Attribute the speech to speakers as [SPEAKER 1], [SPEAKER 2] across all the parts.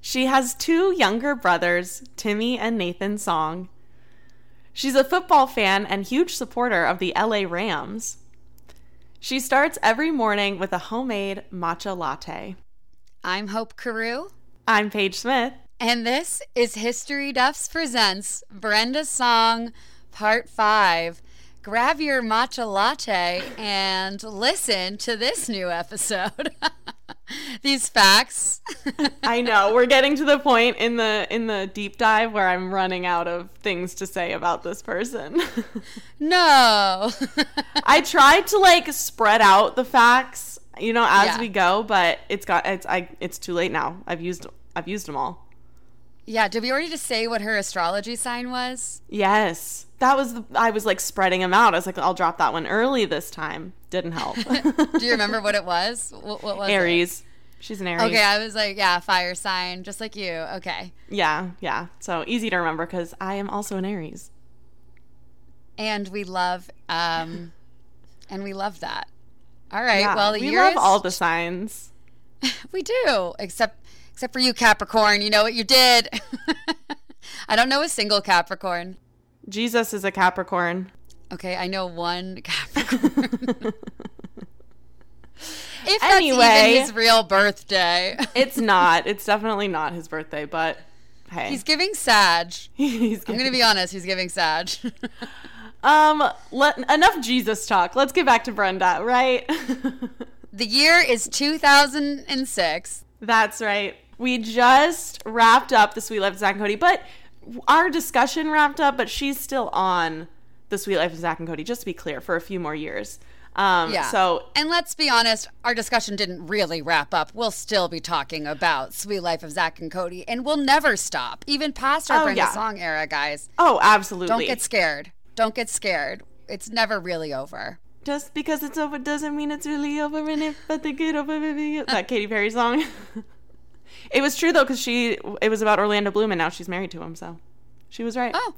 [SPEAKER 1] She has two younger brothers, Timmy and Nathan Song. She's a football fan and huge supporter of the LA Rams. She starts every morning with a homemade matcha latte.
[SPEAKER 2] I'm Hope Carew,
[SPEAKER 1] I'm Paige Smith.
[SPEAKER 2] and this is History Duffs Presents Brenda's Song, Part 5. Grab your matcha latte and listen to this new episode. These facts.
[SPEAKER 1] I know we're getting to the point in the in the deep dive where I'm running out of things to say about this person.
[SPEAKER 2] no.
[SPEAKER 1] I tried to like spread out the facts, you know, as
[SPEAKER 2] Yeah.
[SPEAKER 1] we go, but it's got it's I it's too late now. I've used I've used them all.
[SPEAKER 2] yeah, did we already just say what her astrology sign was?
[SPEAKER 1] Yes. That was the, I was like spreading them out. I was like I'll drop that one early this time. Didn't help.
[SPEAKER 2] Do you remember what it was? What, what was it?
[SPEAKER 1] Aries. She's an Aries.
[SPEAKER 2] Okay, I was like, yeah, fire sign, just like you. Okay.
[SPEAKER 1] Yeah, yeah. So easy to remember cuz I am also an Aries.
[SPEAKER 2] and we love um and we love that all right
[SPEAKER 1] Yeah.
[SPEAKER 2] well
[SPEAKER 1] we
[SPEAKER 2] you're
[SPEAKER 1] love all the signs.
[SPEAKER 2] we do except except for you capricorn you know what you did i don't know a single capricorn
[SPEAKER 1] Jesus is a Capricorn.
[SPEAKER 2] okay i know one capricorn if that's
[SPEAKER 1] Anyway.
[SPEAKER 2] even his real birthday
[SPEAKER 1] It's not. it's definitely not his birthday, but hey.
[SPEAKER 2] he's giving sag
[SPEAKER 1] he's
[SPEAKER 2] i'm gonna be honest he's giving sag
[SPEAKER 1] Um, let, enough Jesus talk. Let's get back to Brenda, right?
[SPEAKER 2] the year is 2006
[SPEAKER 1] That's right. We just wrapped up the Sweet Life of Zach and Cody, but our discussion wrapped up, but she's still on the Sweet Life of Zach and Cody, just to be clear, for a few more years. Um,
[SPEAKER 2] Yeah.
[SPEAKER 1] So
[SPEAKER 2] and let's be honest, our discussion didn't really wrap up. We'll still be talking about Sweet Life of Zach and Cody, and we'll never stop, even past our
[SPEAKER 1] Oh,
[SPEAKER 2] Brenda
[SPEAKER 1] yeah.
[SPEAKER 2] Song era, guys.
[SPEAKER 1] Oh, absolutely.
[SPEAKER 2] Don't get scared. Don't get scared. It's never really over.
[SPEAKER 1] Just because it's over doesn't mean it's really over. And if I think it over, baby, that Katy Perry song. it was true though, because she it was about Orlando Bloom, and now she's married to him. So she was right.
[SPEAKER 2] Oh,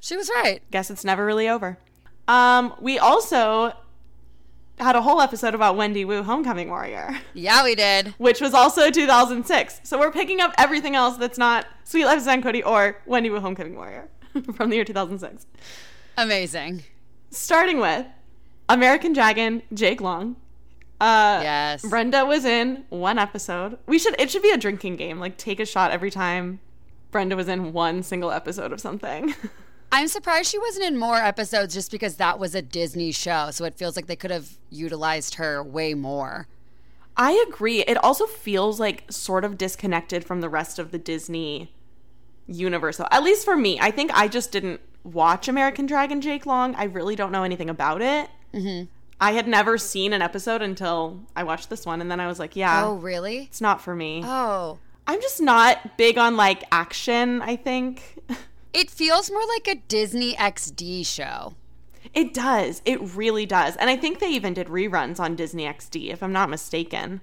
[SPEAKER 2] she was right.
[SPEAKER 1] Guess it's never really over. Um, we also had a whole episode about Wendy Wu, Homecoming Warrior,
[SPEAKER 2] Yeah, we did.
[SPEAKER 1] which was also 2006. So we're picking up everything else that's not Sweet Life of Zach and Cody or Wendy Wu, Homecoming Warrior from the year 2006.
[SPEAKER 2] Amazing.
[SPEAKER 1] Starting with American Dragon, Jake Long. Uh,
[SPEAKER 2] Yes.
[SPEAKER 1] Brenda was in one episode. We should it should be a drinking game. Like take a shot every time Brenda was in one single episode of something.
[SPEAKER 2] I'm surprised she wasn't in more episodes just because that was a Disney show. So it feels like they could have utilized her way more.
[SPEAKER 1] I agree. It also feels like sort of disconnected from the rest of the Disney universe. So, At least for me, I think I just didn't watch American Dragon Jake Long. I really don't know anything about it. Mm-hmm. I had never seen an episode until I watched this one, and then I was like, yeah,
[SPEAKER 2] Oh, really?
[SPEAKER 1] it's not for me.
[SPEAKER 2] Oh.
[SPEAKER 1] I'm just not big on like action, I think.
[SPEAKER 2] It feels more like a Disney XD show.
[SPEAKER 1] It does. It really does. And I think they even did reruns on Disney XD, if I'm not mistaken.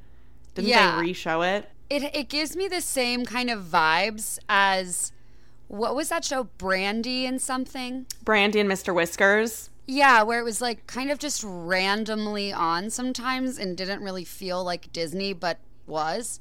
[SPEAKER 1] Didn't
[SPEAKER 2] Yeah.
[SPEAKER 1] they reshow it?
[SPEAKER 2] It it gives me the same kind of vibes as what was that show Brandy and something?
[SPEAKER 1] Brandy and Mr. Whiskers.
[SPEAKER 2] Yeah, where it was like kind of just randomly on sometimes and didn't really feel like Disney but was.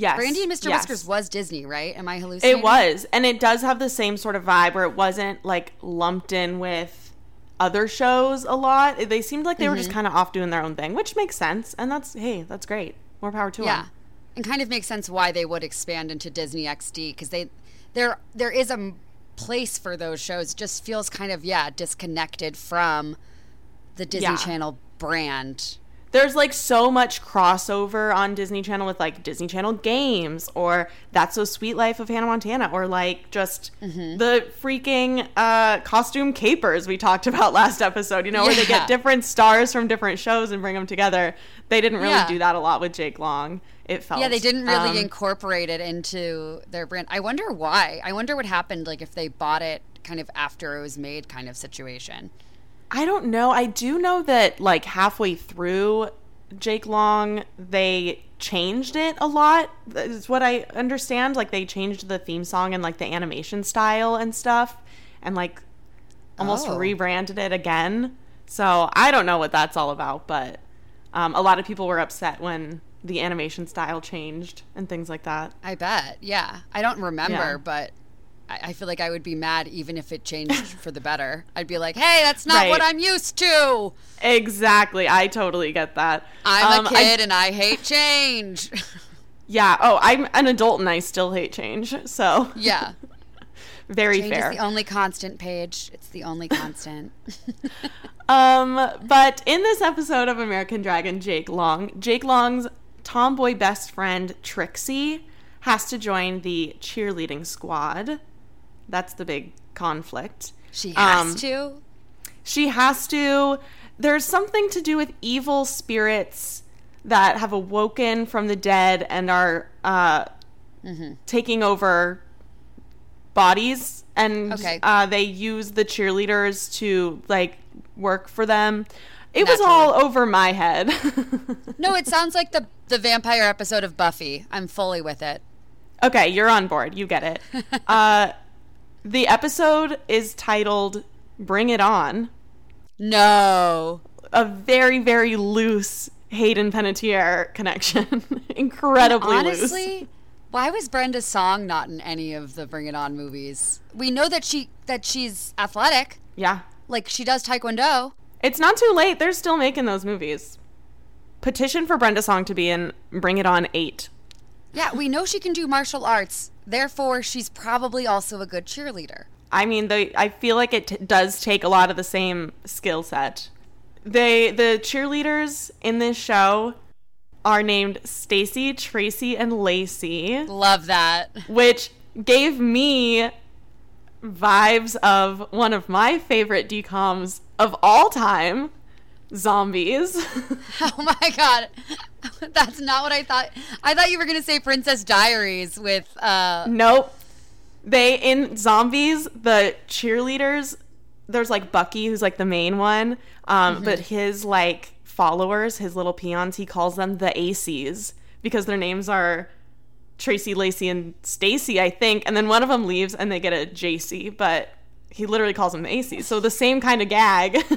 [SPEAKER 1] Yes.
[SPEAKER 2] Brandy and Mr.
[SPEAKER 1] yes.
[SPEAKER 2] Whiskers was Disney, right? Am I hallucinating?
[SPEAKER 1] It was. And it does have the same sort of vibe where it wasn't like lumped in with other shows a lot. They seemed like they were
[SPEAKER 2] Mm-hmm.
[SPEAKER 1] just kind of off doing their own thing, which makes sense. And that's, hey, that's great. More power to
[SPEAKER 2] Yeah.
[SPEAKER 1] them.
[SPEAKER 2] And kind of makes sense why they would expand into Disney XD cuz they there there is a m- place for those shows. It just feels kind of yeah, disconnected from the Disney
[SPEAKER 1] Yeah.
[SPEAKER 2] Channel brand.
[SPEAKER 1] There's like so much crossover on Disney Channel with like Disney Channel games or That's So Sweet Life of Hannah Montana or like just
[SPEAKER 2] Mm-hmm.
[SPEAKER 1] the freaking uh, costume capers we talked about last episode, you know, where they
[SPEAKER 2] Yeah.
[SPEAKER 1] get different stars from different shows and bring them together. They didn't really
[SPEAKER 2] Yeah.
[SPEAKER 1] do that a lot with Jake Long. It felt
[SPEAKER 2] Yeah, they didn't really
[SPEAKER 1] Um,
[SPEAKER 2] incorporate it into their brand. I wonder why. I wonder what happened, like if they bought it kind of after it was made, kind of situation.
[SPEAKER 1] I don't know. I do know that like halfway through Jake Long, they changed it a lot. Is what I understand. Like they changed the theme song and like the animation style and stuff, and like almost
[SPEAKER 2] Oh.
[SPEAKER 1] rebranded it again. So I don't know what that's all about, but um, a lot of people were upset when the animation style changed and things like that.
[SPEAKER 2] I bet. Yeah. I don't remember,
[SPEAKER 1] Yeah.
[SPEAKER 2] but I, I feel like I would be mad even if it changed for the better. I'd be like, hey, that's not what
[SPEAKER 1] Right.
[SPEAKER 2] I'm used to.
[SPEAKER 1] Exactly. I totally get that.
[SPEAKER 2] I'm
[SPEAKER 1] Um,
[SPEAKER 2] a
[SPEAKER 1] I-
[SPEAKER 2] kid and I hate change.
[SPEAKER 1] yeah. Oh, I'm an adult and I still hate change. So
[SPEAKER 2] yeah.
[SPEAKER 1] very
[SPEAKER 2] Change
[SPEAKER 1] fair.
[SPEAKER 2] is the only constant, Paige. It's the only constant.
[SPEAKER 1] Um, but in this episode of American Dragon, Jake Long, Jake Long's tomboy best friend Trixie has to join the cheerleading squad. That's the big conflict.
[SPEAKER 2] she has
[SPEAKER 1] Um,
[SPEAKER 2] to.
[SPEAKER 1] She has to. There's something to do with evil spirits that have awoken from the dead and are uh,
[SPEAKER 2] Mm-hmm.
[SPEAKER 1] taking over bodies, and
[SPEAKER 2] Okay.
[SPEAKER 1] uh, they use the cheerleaders to like work for them. It was
[SPEAKER 2] Naturally.
[SPEAKER 1] all over my head.
[SPEAKER 2] No, it sounds like the the vampire episode of Buffy. I'm fully with it.
[SPEAKER 1] Okay, you're on board. You get it. uh, the episode is titled "Bring It On."
[SPEAKER 2] No.
[SPEAKER 1] a very very loose Hayden Panettiere connection. Incredibly loose.
[SPEAKER 2] Honestly, why was Brenda Song not in any of the Bring It On movies? We know that she that she's athletic,
[SPEAKER 1] Yeah.
[SPEAKER 2] like she does taekwondo.
[SPEAKER 1] It's not too late. They're still making those movies. Petition for Brenda Song to be in Bring It On 8.
[SPEAKER 2] Yeah, we know she can do martial arts. Therefore, she's probably also a good cheerleader.
[SPEAKER 1] I mean, they, I feel like it t- does take a lot of the same skill set. They the cheerleaders in this show are named Stacy, Tracy, and Lacey.
[SPEAKER 2] Love that.
[SPEAKER 1] which gave me vibes of one of my favorite decoms of all time zombies
[SPEAKER 2] Oh my god. That's not what I thought. I thought you were going to say Princess Diaries with uh
[SPEAKER 1] nope they in zombies the cheerleaders there's like bucky who's like the main one um, but his like followers his little peons he calls them the aces because their names are tracy lacey and stacy i think and then one of them leaves and they get a jc but he literally calls them the aces so the same kind of gag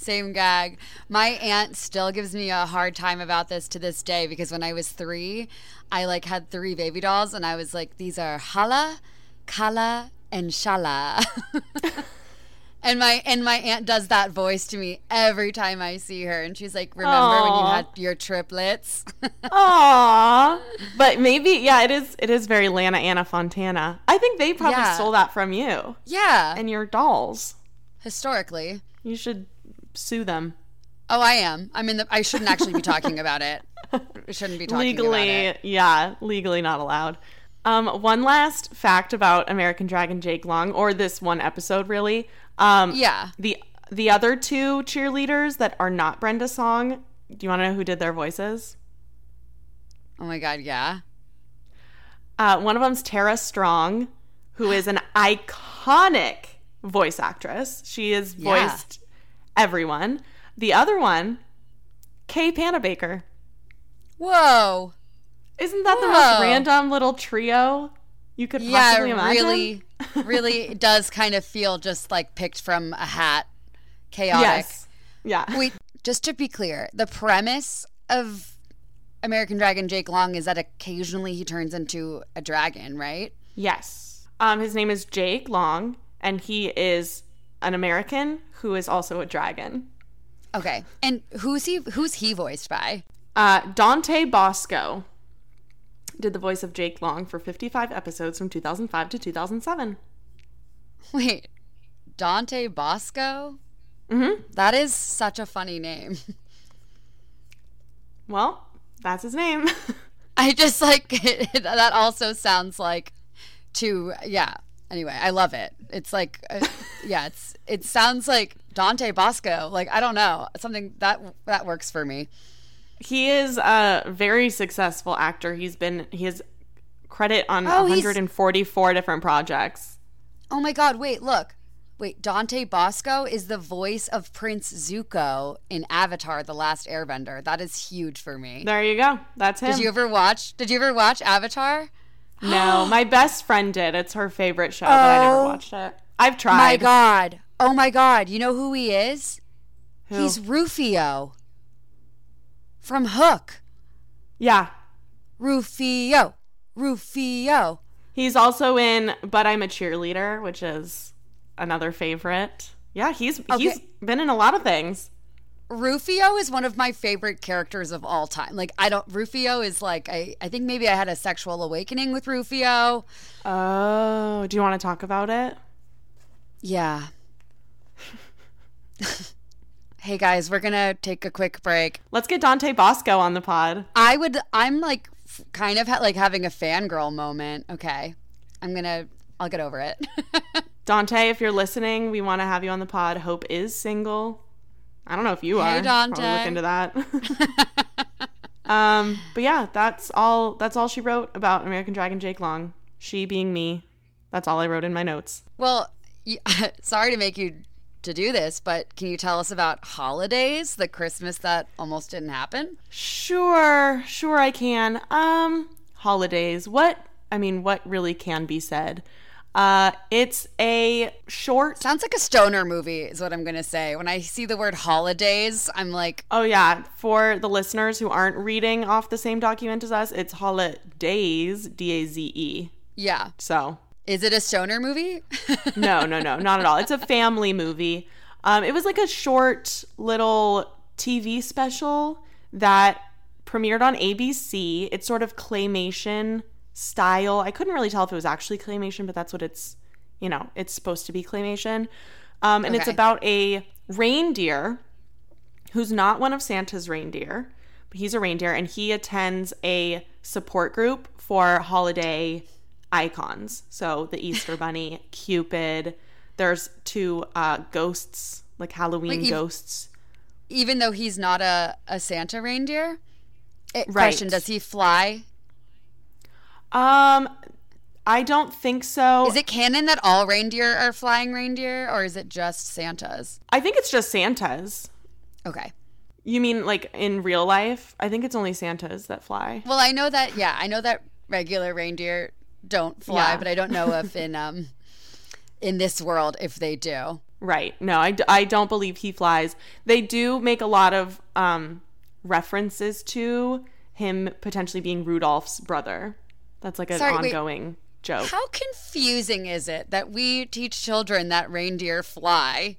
[SPEAKER 2] Same gag. My aunt still gives me a hard time about this to this day because when I was three, I like had three baby dolls and I was like, these are Hala, Kala, and Shala. and my and my aunt does that voice to me every time I see her, and she's like, "Remember when you
[SPEAKER 1] Aw.
[SPEAKER 2] had your triplets?"
[SPEAKER 1] Aww. But maybe yeah, it is it is very Lana Anna Fontana. I think they probably
[SPEAKER 2] Yeah.
[SPEAKER 1] stole that from you
[SPEAKER 2] yeah,
[SPEAKER 1] and your dolls.
[SPEAKER 2] historically.
[SPEAKER 1] You should sue them.
[SPEAKER 2] Oh, I am. I'm in the. I shouldn't actually be talking about it. I shouldn't be talking about it.
[SPEAKER 1] legally, yeah, legally not allowed. Um, one last fact about American Dragon Jake Long, or this one episode really. Um,
[SPEAKER 2] Yeah.
[SPEAKER 1] The the other two cheerleaders that are not Brenda Song. Do you want to know who did their voices?
[SPEAKER 2] Oh my god. Yeah.
[SPEAKER 1] Uh, one of them's Tara Strong, who is an iconic voice actress. She has
[SPEAKER 2] Yeah.
[SPEAKER 1] voiced everyone. The other one, Kay Panabaker.
[SPEAKER 2] Whoa.
[SPEAKER 1] Isn't that the
[SPEAKER 2] Whoa.
[SPEAKER 1] most random little trio you could possibly imagine?
[SPEAKER 2] really, really it does kind of feel just like picked from a hat, chaotic.
[SPEAKER 1] Yes. Yeah.
[SPEAKER 2] Wait, just to be clear, the premise of American Dragon Jake Long is that occasionally he turns into a dragon, right?
[SPEAKER 1] yes. Um, his name is Jake Long, and he is an American who is also a dragon.
[SPEAKER 2] Okay, and who's he? Who's he voiced by?
[SPEAKER 1] Uh, Dante Bosco did the voice of Jake Long for 55 episodes from 2005 to 2007.
[SPEAKER 2] Wait, Dante Bosco.
[SPEAKER 1] Mhm.
[SPEAKER 2] That is such a funny name.
[SPEAKER 1] Well, that's his name.
[SPEAKER 2] I just like that. Also sounds like to yeah. Anyway, I love it. It's like uh, yeah. It's it sounds like Dante Bosco. Like I don't know something that that works for me.
[SPEAKER 1] he is a very successful actor. He's been he has credit on
[SPEAKER 2] Oh, he's-
[SPEAKER 1] 144 different projects.
[SPEAKER 2] Oh my God! Wait, look, wait. Dante Bosco is the voice of Prince Zuko in Avatar: The Last Airbender. That is huge for me.
[SPEAKER 1] There you go. That's him.
[SPEAKER 2] Did you ever watch? Did you ever watch Avatar?
[SPEAKER 1] no, my best friend did. It's her favorite show, but I never
[SPEAKER 2] Oh.
[SPEAKER 1] watched it. I've
[SPEAKER 2] My
[SPEAKER 1] tried.
[SPEAKER 2] God! Oh my God! You know who he is?
[SPEAKER 1] Who?
[SPEAKER 2] He's Rufio from Hook.
[SPEAKER 1] Yeah.
[SPEAKER 2] Rufio. Rufio.
[SPEAKER 1] He's also in But I'm a Cheerleader, which is another favorite. Yeah, he's he's
[SPEAKER 2] Okay.
[SPEAKER 1] been in a lot of things.
[SPEAKER 2] Rufio is one of my favorite characters of all time. Like I don't Rufio is like I I think maybe I had a sexual awakening with Rufio.
[SPEAKER 1] Oh, do you want to talk about it?
[SPEAKER 2] Yeah. hey guys, we're going to take a quick break.
[SPEAKER 1] Let's get Dante Bosco on the pod.
[SPEAKER 2] I would I'm like f- kind of ha- like having a fangirl moment. Okay. I'm going to I'll get over it.
[SPEAKER 1] Dante, if you're listening, we want to have you on the pod. Hope is single. I don't know if you are.
[SPEAKER 2] Dante.
[SPEAKER 1] Probably look into that. um, but yeah, that's all. That's all she wrote about American Dragon Jake Long. She being me. That's all I wrote in my notes.
[SPEAKER 2] well, y sorry to make you to do this, but can you tell us about holidays, the Christmas that almost didn't happen?
[SPEAKER 1] Sure, sure I can. Um holidays. What I mean, what really can be said? Uh it's a short
[SPEAKER 2] Sounds like a stoner movie, is what I'm going to say. When I see the word holidays, I'm like,
[SPEAKER 1] Oh yeah, for the listeners who aren't reading off the same document as us, it's holidays, D A Z E.
[SPEAKER 2] yeah.
[SPEAKER 1] So,
[SPEAKER 2] Is it a stoner movie?
[SPEAKER 1] no, no, no, not at all. It's a family movie. Um, it was like a short little TV special that premiered on ABC. It's sort of claymation style. I couldn't really tell if it was actually claymation, but that's what it's, you know, it's supposed to be claymation. Um, and it's
[SPEAKER 2] Okay.
[SPEAKER 1] about a reindeer who's not one of Santa's reindeer, but he's a reindeer and he attends a support group for holiday icons. So the Easter Bunny, Cupid. There's two uh, ghosts, like Halloween
[SPEAKER 2] Like ev-
[SPEAKER 1] ghosts.
[SPEAKER 2] Even though he's not a, a Santa reindeer? Eh,
[SPEAKER 1] Right.
[SPEAKER 2] Question Does he fly?
[SPEAKER 1] Um, I don't think so.
[SPEAKER 2] Is it canon that all reindeer are flying reindeer, or is it just Santa's?
[SPEAKER 1] I think it's just Santas.
[SPEAKER 2] Okay.
[SPEAKER 1] You mean like in real life? I think it's only Santas that fly.
[SPEAKER 2] Well, I know that, yeah, I know that regular reindeer don't fly,
[SPEAKER 1] Yeah.
[SPEAKER 2] but I don't know if in, um, in this world if they do.
[SPEAKER 1] Right. No, I, d- I don't believe he flies. They do make a lot of um, references to him potentially being Rudolph's brother. That's like an
[SPEAKER 2] Sorry, wait.
[SPEAKER 1] ongoing joke.
[SPEAKER 2] How confusing is it that we teach children that reindeer fly?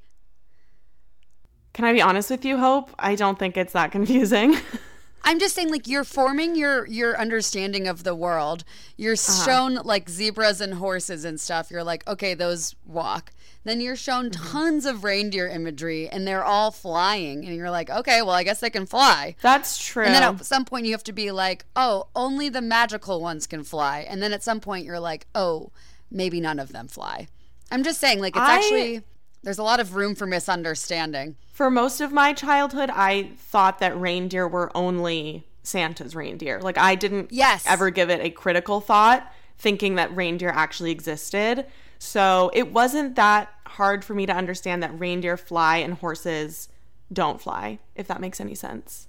[SPEAKER 1] Can I be honest with you, Hope? I don't think it's that confusing.
[SPEAKER 2] I'm just saying, like you're forming your your understanding of the world. You're shown like zebras and horses and stuff. You're like, okay, those walk. Then you're shown tons of reindeer imagery, and they're all flying, and you're like, okay, well, I guess they can fly.
[SPEAKER 1] That's true.
[SPEAKER 2] And then at some point, you have to be like, oh, only the magical ones can fly. And then at some point, you're like, oh, maybe none of them fly. I'm just saying, like it's
[SPEAKER 1] I-
[SPEAKER 2] actually there's a lot of room for misunderstanding.
[SPEAKER 1] For most of my childhood, I thought that reindeer were only Santa's reindeer. Like I didn't
[SPEAKER 2] Yes.
[SPEAKER 1] ever give it a critical thought, thinking that reindeer actually existed. So it wasn't that hard for me to understand that reindeer fly and horses don't fly, if that makes any sense.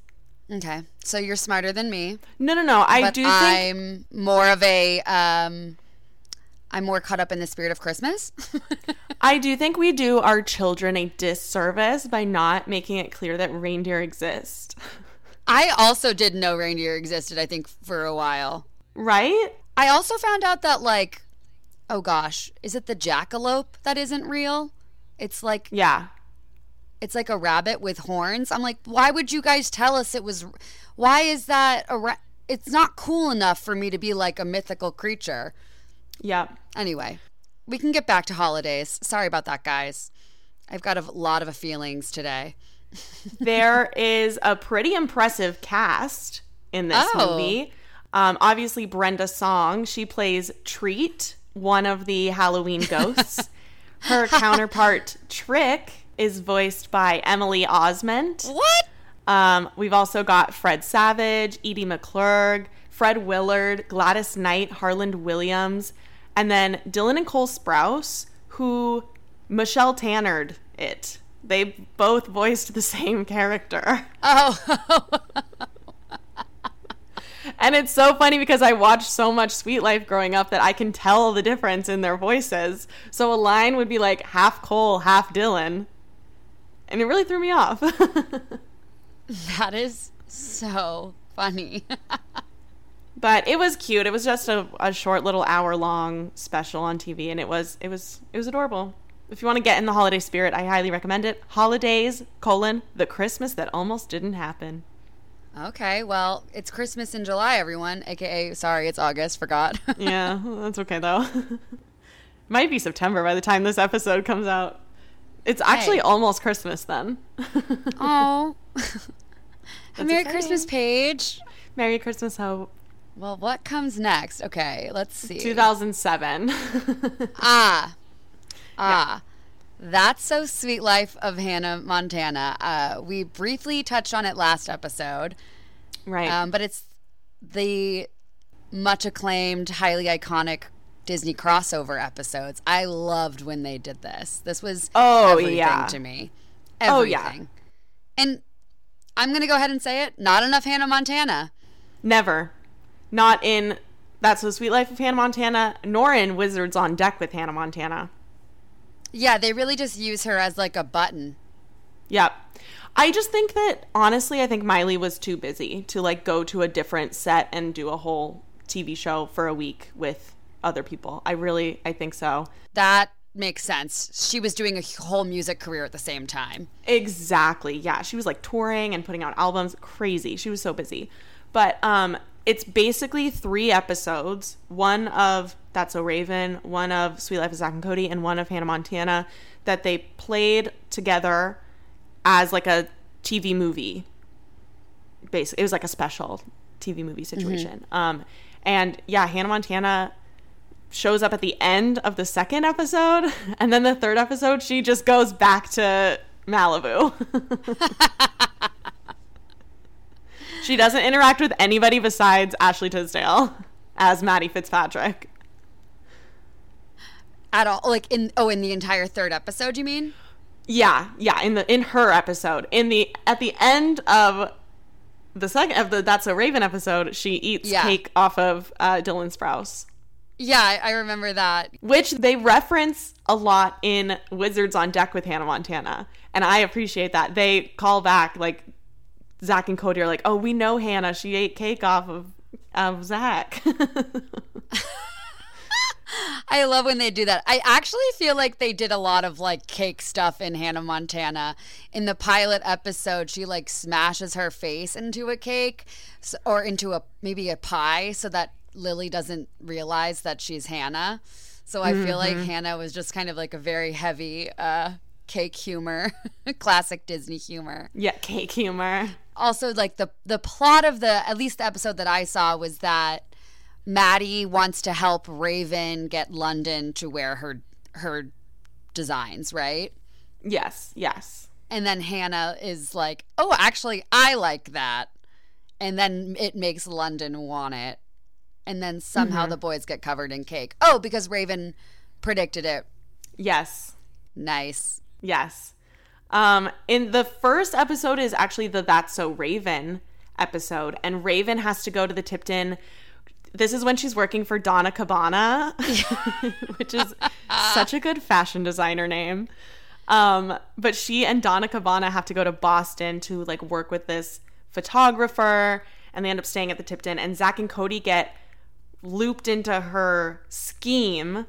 [SPEAKER 2] Okay, so you're smarter than me.
[SPEAKER 1] No, no, no. I
[SPEAKER 2] but
[SPEAKER 1] do think
[SPEAKER 2] I'm more of a um I'm more caught up in the spirit of Christmas.
[SPEAKER 1] I do think we do our children a disservice by not making it clear that reindeer exist.
[SPEAKER 2] I also didn't know reindeer existed, I think, for a while.
[SPEAKER 1] Right?
[SPEAKER 2] I also found out that like oh gosh, is it the jackalope that isn't real? It's like
[SPEAKER 1] Yeah.
[SPEAKER 2] it's like a rabbit with horns. I'm like, why would you guys tell us it was why is that a ra- it's not cool enough for me to be like a mythical creature.
[SPEAKER 1] Yep.
[SPEAKER 2] Anyway, we can get back to holidays. Sorry about that, guys. I've got a lot of feelings today.
[SPEAKER 1] there is a pretty impressive cast in this
[SPEAKER 2] Oh.
[SPEAKER 1] movie. Um, obviously, Brenda Song, she plays Treat, one of the Halloween ghosts. Her counterpart, Trick, is voiced by Emily Osment.
[SPEAKER 2] What?
[SPEAKER 1] Um, we've also got Fred Savage, Edie McClurg, Fred Willard, Gladys Knight, Harland Williams, and then Dylan and Cole Sprouse, who Michelle Tannerd it. They both voiced the same character.
[SPEAKER 2] Oh,
[SPEAKER 1] And it's so funny because I watched so much Sweet Life growing up that I can tell the difference in their voices. So a line would be like half Cole, half Dylan. And it really threw me off.
[SPEAKER 2] that is so funny.
[SPEAKER 1] but it was cute. It was just a, a short little hour long special on TV, and it was it was it was adorable. If you want to get in the holiday spirit, I highly recommend it. Holidays colon the Christmas that almost didn't happen.
[SPEAKER 2] okay, well, it's Christmas in July, everyone. AKA, sorry, it's August. Forgot.
[SPEAKER 1] Yeah, that's okay though. Might be September by the time this episode comes out. It's actually
[SPEAKER 2] Hey.
[SPEAKER 1] almost Christmas then.
[SPEAKER 2] oh. Merry
[SPEAKER 1] exciting.
[SPEAKER 2] Christmas, Paige.
[SPEAKER 1] Merry Christmas, Hope.
[SPEAKER 2] Well, what comes next? Okay, let's see.
[SPEAKER 1] 2007.
[SPEAKER 2] Ah. Ah. That's So Sweet Life of Hannah Montana. Uh, we briefly touched on it last episode,
[SPEAKER 1] right.
[SPEAKER 2] um, but it's the much acclaimed, highly iconic Disney crossover episodes. I loved when they did this. This was
[SPEAKER 1] Oh,
[SPEAKER 2] everything
[SPEAKER 1] yeah.
[SPEAKER 2] to me.
[SPEAKER 1] Oh, yeah.
[SPEAKER 2] Everything. And I'm going to go ahead and say it not enough Hannah Montana.
[SPEAKER 1] Never. Not in That's the Sweet Life of Hannah Montana, nor in Wizards on Deck with Hannah Montana.
[SPEAKER 2] Yeah, they really just use her as like a button.
[SPEAKER 1] Yep. I just think that honestly, I think Miley was too busy to like go to a different set and do a whole TV show for a week with other people. I really I think so.
[SPEAKER 2] That makes sense. She was doing a whole music career at the same time.
[SPEAKER 1] Exactly. Yeah, she was like touring and putting out albums. Crazy. She was so busy. But um it's basically three episodes, one of That's So Raven, one of Sweet Life of Zach and Cody, and one of Hannah Montana that they played together as like a TV movie. Basically, it was like a special TV movie situation. Um and yeah, Hannah Montana shows up at the end of the second episode and then the third episode she just goes back to Malibu. she doesn't interact with anybody besides Ashley Tisdale as Maddie Fitzpatrick.
[SPEAKER 2] at all like in oh in the entire third episode you mean
[SPEAKER 1] Yeah, yeah, in the in her episode. In the at the end of the second of the That's a Raven episode, she eats
[SPEAKER 2] Yeah.
[SPEAKER 1] cake off of uh, Dylan Sprouse.
[SPEAKER 2] yeah i, I remember that
[SPEAKER 1] which they reference a lot in Wizards on Deck with Hannah Montana. And I appreciate that. They call back, like, Zach and Cody are like, oh, we know Hannah. She ate cake off of, of Zach.
[SPEAKER 2] i love when they do that i actually feel like they did a lot of like cake stuff in hannah montana in the pilot episode she like smashes her face into a cake s- or into a maybe a pie so that lily doesn't realize that she's hannah so i feel like hannah was just kind of like a very heavy uh cake humor classic disney humor
[SPEAKER 1] yeah, cake humor.
[SPEAKER 2] also like the the plot of the at least the episode that I saw was that Maddie wants to help Raven get London to wear her her designs, right?
[SPEAKER 1] Yes, yes.
[SPEAKER 2] And then Hannah is like, "Oh, actually I like that." And then it makes London want it. And then somehow the boys get covered in cake. Oh, because Raven predicted it.
[SPEAKER 1] Yes,
[SPEAKER 2] Nice.
[SPEAKER 1] yes. Um, in the first episode is actually the That's So Raven episode, and Raven has to go to the Tipton. This is when she's working for Donna Cabana, which is such a good fashion designer name. Um, but she and Donna Cabana have to go to Boston to like work with this photographer, and they end up staying at the Tipton. And Zach and Cody get looped into her scheme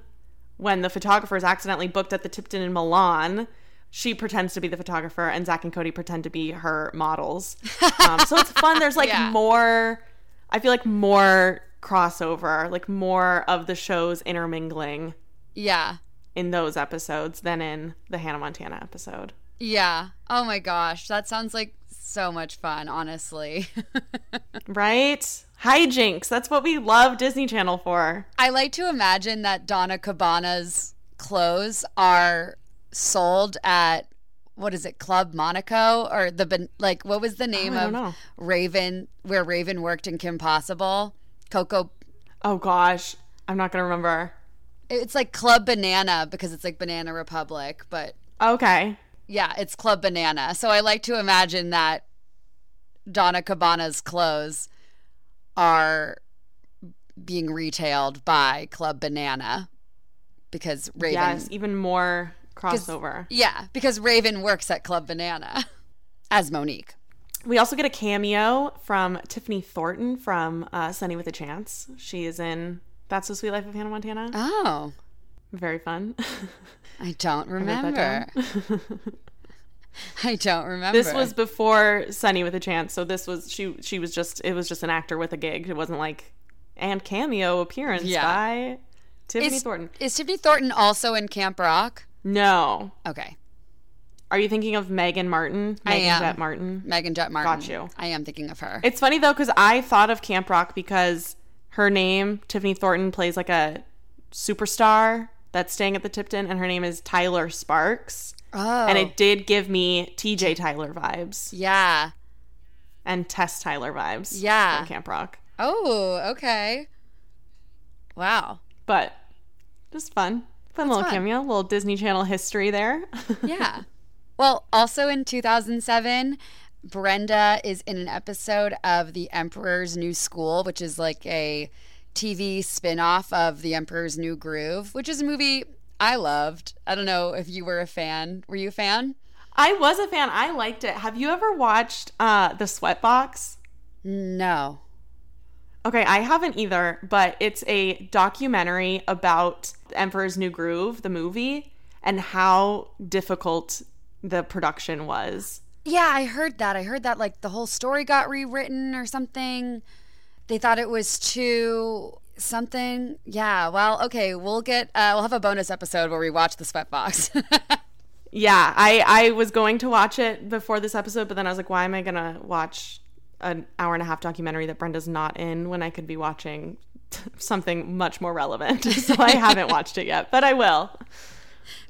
[SPEAKER 1] when the photographer is accidentally booked at the Tipton in Milan. She pretends to be the photographer, and Zach and Cody pretend to be her models. Um, so it's fun. There's like
[SPEAKER 2] Yeah.
[SPEAKER 1] more. I feel like more crossover, like more of the shows intermingling
[SPEAKER 2] Yeah.
[SPEAKER 1] in those episodes than in the Hannah Montana episode.
[SPEAKER 2] Yeah. Oh my gosh, that sounds like so much fun, honestly.
[SPEAKER 1] Right? Hijinks. That's what we love Disney Channel for.
[SPEAKER 2] I like to imagine that Donna Cabana's clothes are sold at what is it, Club Monaco or the ban- like? What was the name
[SPEAKER 1] Oh, I
[SPEAKER 2] of
[SPEAKER 1] don't know.
[SPEAKER 2] Raven where Raven worked in Kim Possible? Coco.
[SPEAKER 1] Oh gosh, I'm not gonna remember.
[SPEAKER 2] It's like Club Banana because it's like Banana Republic, but
[SPEAKER 1] Okay.
[SPEAKER 2] yeah, it's Club Banana. So I like to imagine that Donna Cabana's clothes are being retailed by Club Banana because Raven
[SPEAKER 1] Yes, even more crossover.
[SPEAKER 2] Yeah, because Raven works at Club Banana as Monique.
[SPEAKER 1] We also get a cameo from Tiffany Thornton from uh, Sunny with a Chance. She is in That's the Sweet Life of Hannah Montana.
[SPEAKER 2] Oh,
[SPEAKER 1] Very fun.
[SPEAKER 2] I don't
[SPEAKER 1] Wrote
[SPEAKER 2] remember.
[SPEAKER 1] that down.
[SPEAKER 2] I don't remember.
[SPEAKER 1] This was before Sunny with a Chance, so this was she. She was just it was just an actor with a gig. It wasn't like and cameo appearance
[SPEAKER 2] Yeah.
[SPEAKER 1] by Tiffany
[SPEAKER 2] Is-
[SPEAKER 1] Thornton.
[SPEAKER 2] Is Tiffany Thornton also in Camp Rock?
[SPEAKER 1] No,
[SPEAKER 2] Okay.
[SPEAKER 1] are you thinking of Megan Martin?
[SPEAKER 2] I
[SPEAKER 1] Megan
[SPEAKER 2] am.
[SPEAKER 1] Jett Martin.
[SPEAKER 2] Megan Jett Martin.
[SPEAKER 1] Got you.
[SPEAKER 2] I am thinking of her.
[SPEAKER 1] It's funny though because I thought of Camp Rock because her name Tiffany Thornton plays like a superstar that's staying at the Tipton, and her name is Tyler Sparks.
[SPEAKER 2] oh.
[SPEAKER 1] And it did give me TJ Tyler vibes
[SPEAKER 2] yeah.
[SPEAKER 1] and Tess Tyler vibes.
[SPEAKER 2] Yeah.
[SPEAKER 1] from Camp Rock.
[SPEAKER 2] Oh, okay. Wow.
[SPEAKER 1] but just fun. Fun little
[SPEAKER 2] fun.
[SPEAKER 1] cameo, little Disney Channel history there.
[SPEAKER 2] Yeah. well, also in 2007, Brenda is in an episode of The Emperor's New School, which is like a TV spin-off of The Emperor's New Groove, which is a movie I loved. I don't know if you were a fan. Were you a fan?
[SPEAKER 1] I was a fan. I liked it. Have you ever watched uh, The Sweatbox?
[SPEAKER 2] No.
[SPEAKER 1] Okay, I haven't either, but it's a documentary about The Emperor's New Groove, the movie, and how difficult the production was.
[SPEAKER 2] Yeah, I heard that. I heard that like the whole story got rewritten or something. They thought it was too something. Yeah. Well, okay. We'll get. Uh, we'll have a bonus episode where we watch the Sweatbox.
[SPEAKER 1] Yeah, I, I was going to watch it before this episode, but then I was like, why am I going to watch an hour and a half documentary that Brenda's not in when I could be watching something much more relevant? so I haven't watched it yet, but I will.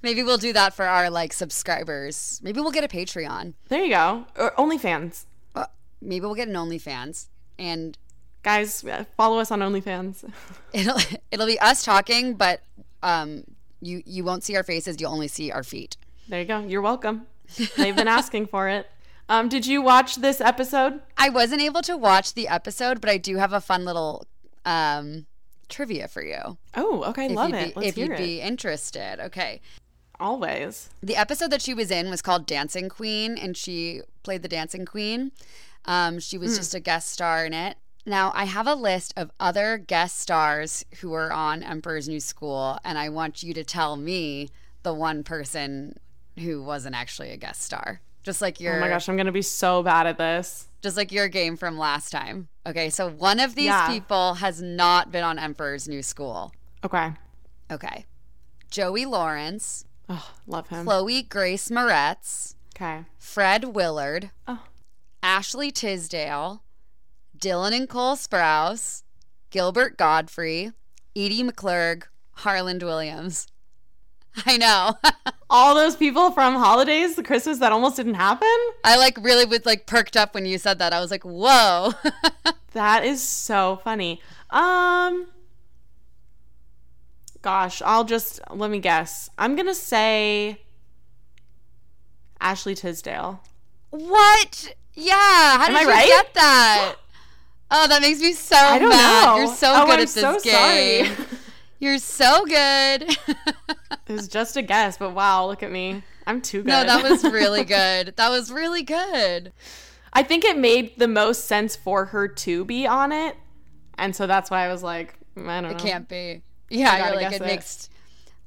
[SPEAKER 2] Maybe we'll do that for our like subscribers. Maybe we'll get a Patreon.
[SPEAKER 1] There you go. Or OnlyFans.
[SPEAKER 2] Uh, Maybe we'll get an OnlyFans, and
[SPEAKER 1] Guys, uh, follow us on OnlyFans.
[SPEAKER 2] it'll it'll be us talking, but um, you you won't see our faces. You'll only see our feet.
[SPEAKER 1] There you go. You're welcome. They've been asking for it. Um, did you watch this episode?
[SPEAKER 2] I wasn't able to watch the episode, but I do have a fun little um trivia for you.
[SPEAKER 1] Oh, okay.
[SPEAKER 2] If
[SPEAKER 1] Love
[SPEAKER 2] you'd
[SPEAKER 1] it.
[SPEAKER 2] Be,
[SPEAKER 1] Let's
[SPEAKER 2] if
[SPEAKER 1] hear
[SPEAKER 2] you'd
[SPEAKER 1] it.
[SPEAKER 2] be interested, okay.
[SPEAKER 1] Always.
[SPEAKER 2] The episode that she was in was called Dancing Queen, and she played the Dancing Queen. Um, she
[SPEAKER 1] Hmm.
[SPEAKER 2] was just a guest star in it. Now, I have a list of other guest stars who were on Emperor's New School, and I want you to tell me the one person who wasn't actually a guest star. Just like your,
[SPEAKER 1] Oh my gosh, I'm going to be so bad at this.
[SPEAKER 2] just like your game from last time. Okay, so one of these
[SPEAKER 1] Yeah.
[SPEAKER 2] people has not been on Emperor's New School.
[SPEAKER 1] Okay.
[SPEAKER 2] Okay, Joey Lawrence,
[SPEAKER 1] Oh, love him.
[SPEAKER 2] Chloe Grace Moretz,
[SPEAKER 1] Okay.
[SPEAKER 2] Fred Willard,
[SPEAKER 1] Oh.
[SPEAKER 2] Ashley Tisdale, Dylan and Cole Sprouse, Gilbert Godfrey, Edie McClurg, Harland Williams. I know.
[SPEAKER 1] all those people from holidays, the Christmas that almost didn't happen.
[SPEAKER 2] I like really was like perked up when you said that. I was like, whoa.
[SPEAKER 1] That is so funny. Um gosh, I'll just let me guess. I'm going to say Ashley Tisdale.
[SPEAKER 2] what? Yeah. How did
[SPEAKER 1] I
[SPEAKER 2] you
[SPEAKER 1] right?
[SPEAKER 2] get that? Oh, that makes me so
[SPEAKER 1] I don't
[SPEAKER 2] mad.
[SPEAKER 1] know.
[SPEAKER 2] You're so
[SPEAKER 1] Oh,
[SPEAKER 2] good
[SPEAKER 1] I'm
[SPEAKER 2] at this
[SPEAKER 1] so
[SPEAKER 2] game.
[SPEAKER 1] sorry.
[SPEAKER 2] You're so good.
[SPEAKER 1] It was just a guess, but wow, look at me. I'm too good.
[SPEAKER 2] no, that was really good. That was really good.
[SPEAKER 1] I think it made the most sense for her to be on it. And so that's why I was like, I don't know.
[SPEAKER 2] It can't be. Yeah,
[SPEAKER 1] Mm-hmm. gotta
[SPEAKER 2] you're like
[SPEAKER 1] guess
[SPEAKER 2] it
[SPEAKER 1] it.
[SPEAKER 2] makes.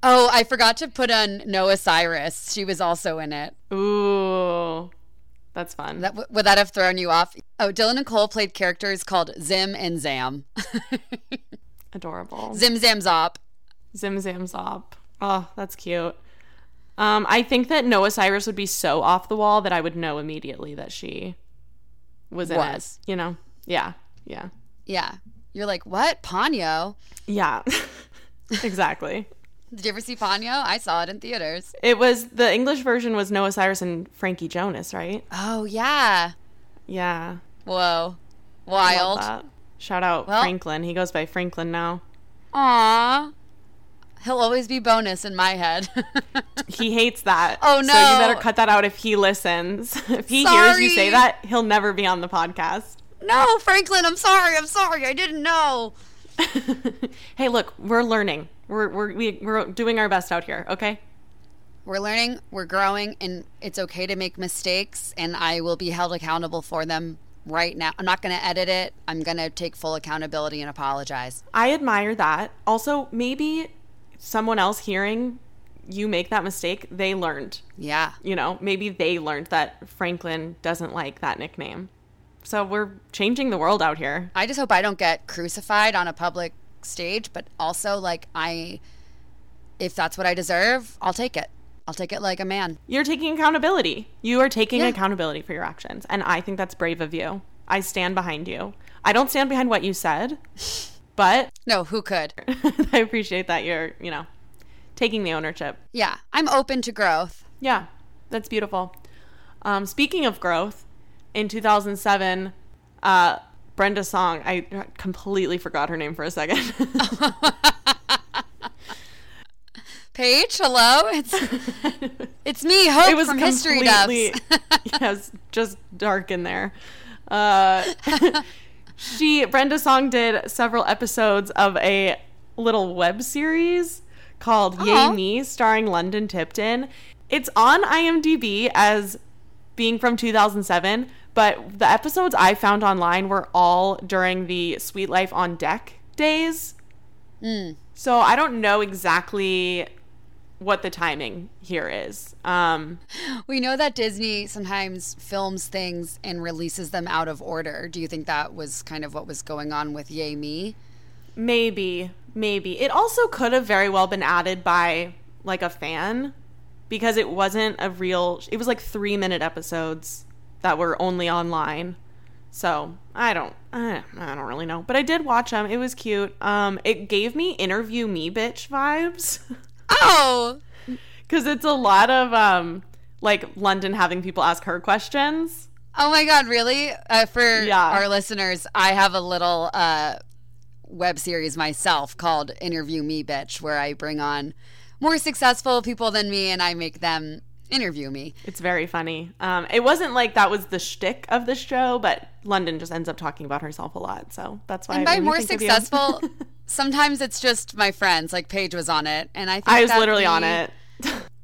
[SPEAKER 2] Oh, I forgot to put on Noah Cyrus. She was also in it.
[SPEAKER 1] Ooh. That's fun.
[SPEAKER 2] That w- would that have thrown you off? Oh, Dylan and Cole played characters called Zim and Zam.
[SPEAKER 1] Adorable.
[SPEAKER 2] Zim Zam Zop.
[SPEAKER 1] Zim Zam Zop. Oh, that's cute. Um, I think that Noah Cyrus would be so off the wall that I would know immediately that she was in
[SPEAKER 2] Was.
[SPEAKER 1] it. You know? Yeah. Yeah.
[SPEAKER 2] Yeah, you're like what? Ponyo?
[SPEAKER 1] Yeah. exactly.
[SPEAKER 2] Did you ever see Ponyo? I saw it in theaters.
[SPEAKER 1] It was the English version was Noah Cyrus and Frankie Jonas, right?
[SPEAKER 2] Oh yeah.
[SPEAKER 1] Yeah.
[SPEAKER 2] Whoa,
[SPEAKER 1] Love
[SPEAKER 2] wild.
[SPEAKER 1] that. Shout out
[SPEAKER 2] Well-
[SPEAKER 1] Franklin. He goes by Franklin now.
[SPEAKER 2] Aw. He'll always be bonus in my head.
[SPEAKER 1] He hates that.
[SPEAKER 2] Oh,
[SPEAKER 1] So you
[SPEAKER 2] no.
[SPEAKER 1] better cut that out if he listens. if he hears you
[SPEAKER 2] Sorry.
[SPEAKER 1] say that, he'll never be on the podcast.
[SPEAKER 2] no, Franklin, I'm sorry. I'm sorry. I didn't know.
[SPEAKER 1] hey, look, we're learning. We're we're we, we're doing our best out here. Okay.
[SPEAKER 2] We're learning, we're growing, and it's okay to make mistakes, and I will be held accountable for them right now. I'm not going to edit it. I'm going to take full accountability and apologize.
[SPEAKER 1] I admire that. Also, maybe someone else hearing you make that mistake, they learned.
[SPEAKER 2] Yeah.
[SPEAKER 1] You know, maybe they learned that Franklin doesn't like that nickname. So we're changing the world out here.
[SPEAKER 2] I just hope I don't get crucified on a public stage, but also, like, I, if that's what I deserve, I'll take it. I'll take it like a man.
[SPEAKER 1] You're taking accountability. You are taking
[SPEAKER 2] Yeah.
[SPEAKER 1] accountability for your actions. And I think that's brave of you. I stand behind you. I don't stand behind what you said, but
[SPEAKER 2] No, who could?
[SPEAKER 1] I appreciate that you're, you know, taking the ownership.
[SPEAKER 2] Yeah. I'm open to growth.
[SPEAKER 1] Yeah, that's beautiful. Um, speaking of growth, in 2007, uh, Brenda Song, I completely forgot her name for a second.
[SPEAKER 2] Oh. Paige, hello. It's it's me, Hope
[SPEAKER 1] it was
[SPEAKER 2] from History
[SPEAKER 1] completely,
[SPEAKER 2] Dubs.
[SPEAKER 1] yes, just dark in there. Uh, she, Brenda Song, did several episodes of a little web series called
[SPEAKER 2] Aw.
[SPEAKER 1] Yay Me, starring London Tipton. It's on IMDb as being from 2007, but the episodes I found online were all during the Sweet Life on Deck days. So I don't know exactly what the timing here is. Um,
[SPEAKER 2] We know that Disney sometimes films things and releases them out of order. Do you think that was kind of what was going on with Yay Me?
[SPEAKER 1] Maybe, maybe. It also could have very well been added by like a fan because it wasn't a real it was like 3 minute episodes that were only online. So, I don't I, I don't really know, but I did watch them. It was cute. Um it gave me interview me bitch vibes
[SPEAKER 2] Oh,
[SPEAKER 1] cuz it's a lot of um like London having people ask her questions.
[SPEAKER 2] oh my God, really? Uh, for
[SPEAKER 1] Yeah.
[SPEAKER 2] our listeners, I have a little uh, web series myself called Interview Me, Bitch, where I bring on more successful people than me and I make them interview me.
[SPEAKER 1] It's very funny. Um, it wasn't like that was the shtick of the show, but London just ends up talking about herself a lot. So that's why.
[SPEAKER 2] And by
[SPEAKER 1] when we
[SPEAKER 2] more
[SPEAKER 1] think of you-
[SPEAKER 2] successful, sometimes it's just my friends. Like Paige was on it, and I think
[SPEAKER 1] I was
[SPEAKER 2] that
[SPEAKER 1] literally
[SPEAKER 2] we-
[SPEAKER 1] on it.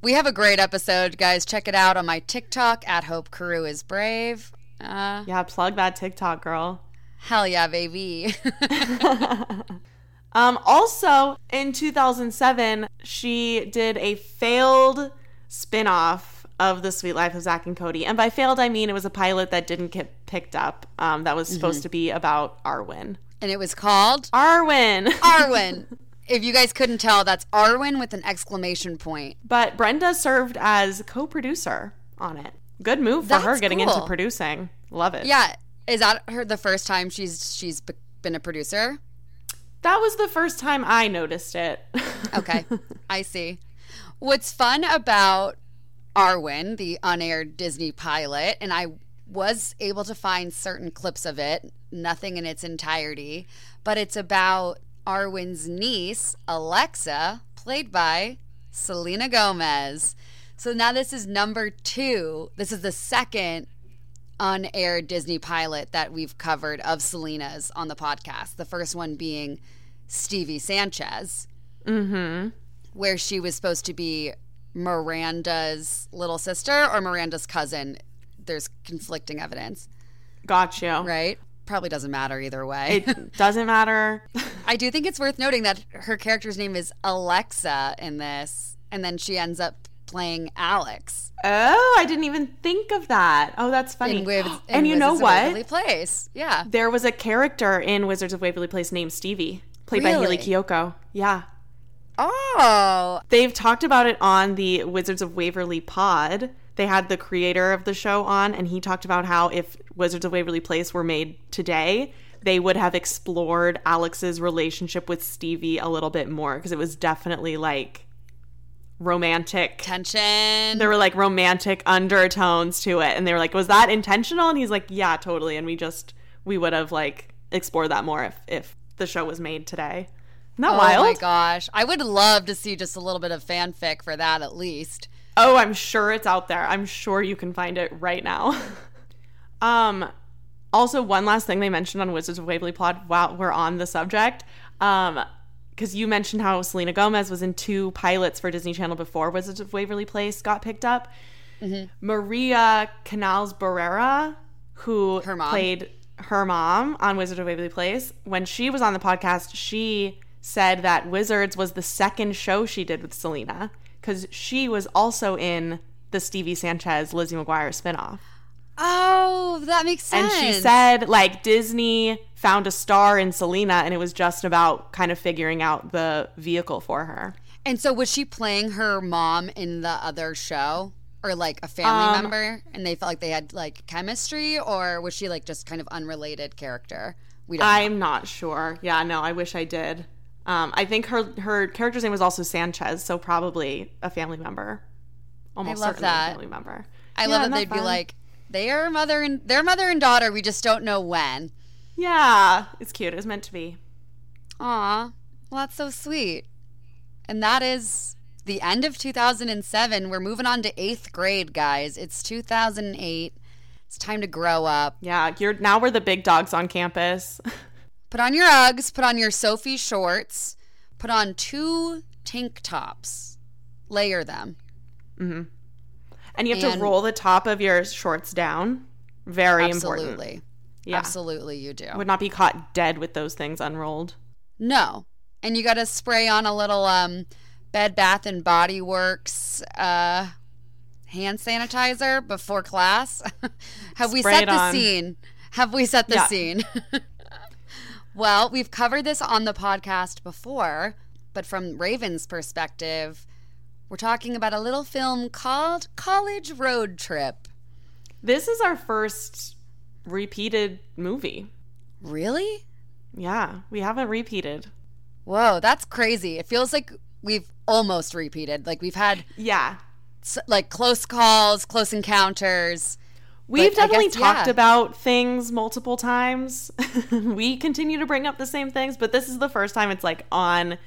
[SPEAKER 2] We have a great episode, guys. Check it out on my TikTok at Hope Carew is brave. Uh,
[SPEAKER 1] Yeah, plug that TikTok girl.
[SPEAKER 2] hell yeah, baby!
[SPEAKER 1] Um, also, in 2007, she did a failed spin off of The Sweet Life of Zach and Cody. And by failed, I mean it was a pilot that didn't get picked up um, that was supposed
[SPEAKER 2] Mm-hmm.
[SPEAKER 1] to be about Arwen.
[SPEAKER 2] and it was called
[SPEAKER 1] Arwen!
[SPEAKER 2] Arwen. if you guys couldn't tell, that's Arwen with an exclamation point.
[SPEAKER 1] But Brenda served as co producer on it. Good move for her
[SPEAKER 2] That's
[SPEAKER 1] getting into
[SPEAKER 2] cool.
[SPEAKER 1] producing. Love it.
[SPEAKER 2] Yeah, is that her the first time she's she's be- been a producer?
[SPEAKER 1] That was the first time I noticed it.
[SPEAKER 2] Okay, I see. What's fun about Arwen, the unaired Disney pilot, and I was able to find certain clips of it, nothing in its entirety, but it's about Arwen's niece, Alexa, played by Selena Gomez. So now this is number two. This is the second unaired Disney pilot that we've covered of Selena's on the podcast. The first one being Stevie Sanchez where she was supposed to be Miranda's little sister or Miranda's cousin. There's conflicting evidence,
[SPEAKER 1] Got you.
[SPEAKER 2] right? Probably doesn't matter either way.
[SPEAKER 1] It doesn't matter.
[SPEAKER 2] I do think it's worth noting that her character's name is Alexa in this, and then she ends up playing Alex
[SPEAKER 1] Oh, I didn't even think of that. Oh, that's funny.
[SPEAKER 2] in Wiz-
[SPEAKER 1] and
[SPEAKER 2] in
[SPEAKER 1] you know
[SPEAKER 2] Wizards of
[SPEAKER 1] what?
[SPEAKER 2] Waverly Place. Yeah.
[SPEAKER 1] There was a character in Wizards of Waverly Place named Stevie, played by Haley
[SPEAKER 2] Really?
[SPEAKER 1] Kiyoko. Yeah.
[SPEAKER 2] Oh,
[SPEAKER 1] They've talked about it on the Wizards of Waverly pod. They had the creator of the show on, and he talked about how if Wizards of Waverly Place were made today, they would have explored Alex's relationship with Stevie a little bit more because it was definitely like romantic.
[SPEAKER 2] tension.
[SPEAKER 1] There were like romantic undertones to it, and they were like, "Was that intentional?" And he's like, "Yeah, totally." And we just we would have like explored that more if if the show was made today. Isn't that
[SPEAKER 2] oh
[SPEAKER 1] wild?
[SPEAKER 2] my gosh. I would love to see just a little bit of fanfic for that at least.
[SPEAKER 1] Oh, I'm sure it's out there. I'm sure you can find it right now. um, also, one last thing they mentioned on Wizards of Waverly Plot while we're on the subject. Um, because you mentioned how Selena Gomez was in two pilots for Disney Channel before Wizards of Waverly Place got picked up.
[SPEAKER 2] Mm-hmm.
[SPEAKER 1] Maria Canals Barrera, who
[SPEAKER 2] Her mom.
[SPEAKER 1] played her mom on Wizard of Waverly Place, when she was on the podcast, she said that Wizards was the second show she did with Selena because she was also in the Stevie Sanchez Lizzie McGuire spinoff.
[SPEAKER 2] Oh, that makes
[SPEAKER 1] And
[SPEAKER 2] sense.
[SPEAKER 1] she said, like, Disney found a star in Selena, and it was just about kind of figuring out the vehicle for her.
[SPEAKER 2] And so was she playing her mom in the other show? Or like a family
[SPEAKER 1] Um,
[SPEAKER 2] member and they felt like they had like chemistry or was she like just kind of unrelated character? We don't know.
[SPEAKER 1] I'm not sure. Yeah, no, I wish I did. Um, I think her her character's name was also Sanchez, so probably a family member. Almost
[SPEAKER 2] love
[SPEAKER 1] certainly
[SPEAKER 2] that.
[SPEAKER 1] a family member.
[SPEAKER 2] I
[SPEAKER 1] Yeah,
[SPEAKER 2] love that
[SPEAKER 1] not
[SPEAKER 2] they'd be
[SPEAKER 1] fun.
[SPEAKER 2] like, they are mother and their mother and daughter. We just don't know when.
[SPEAKER 1] Yeah, it's cute. It was meant to be.
[SPEAKER 2] Aw, well that's so sweet. And that is the end of 2007. We're moving on to eighth grade, guys. It's 2008. It's time to grow up.
[SPEAKER 1] Yeah, you're now we're the big dogs on campus.
[SPEAKER 2] Put on your Uggs, put on your Sophie shorts, put on two tank tops, layer them.
[SPEAKER 1] And you have
[SPEAKER 2] And-
[SPEAKER 1] to roll the top of your shorts down. Very important.
[SPEAKER 2] Absolutely.
[SPEAKER 1] Yeah.
[SPEAKER 2] Absolutely, you do.
[SPEAKER 1] Would not be caught dead with those things unrolled.
[SPEAKER 2] No. And you got to spray on a little um, Bed Bath and Body Works uh, hand sanitizer before class. Have we
[SPEAKER 1] Spray
[SPEAKER 2] set
[SPEAKER 1] it
[SPEAKER 2] the
[SPEAKER 1] on.
[SPEAKER 2] scene? Have we set the
[SPEAKER 1] Yeah.
[SPEAKER 2] scene? well, we've covered this on the podcast before, but from Raven's perspective, we're talking about a little film called College Road Trip.
[SPEAKER 1] This is our first repeated movie.
[SPEAKER 2] Really?
[SPEAKER 1] Yeah, we haven't repeated.
[SPEAKER 2] Whoa, that's crazy. It feels like we've almost repeated. Like we've had
[SPEAKER 1] Yeah.
[SPEAKER 2] s- like close calls, close encounters.
[SPEAKER 1] We've
[SPEAKER 2] But I
[SPEAKER 1] definitely
[SPEAKER 2] guess,
[SPEAKER 1] talked
[SPEAKER 2] yeah.
[SPEAKER 1] about things multiple times. we continue to bring up the same things, but this is the first time it's like on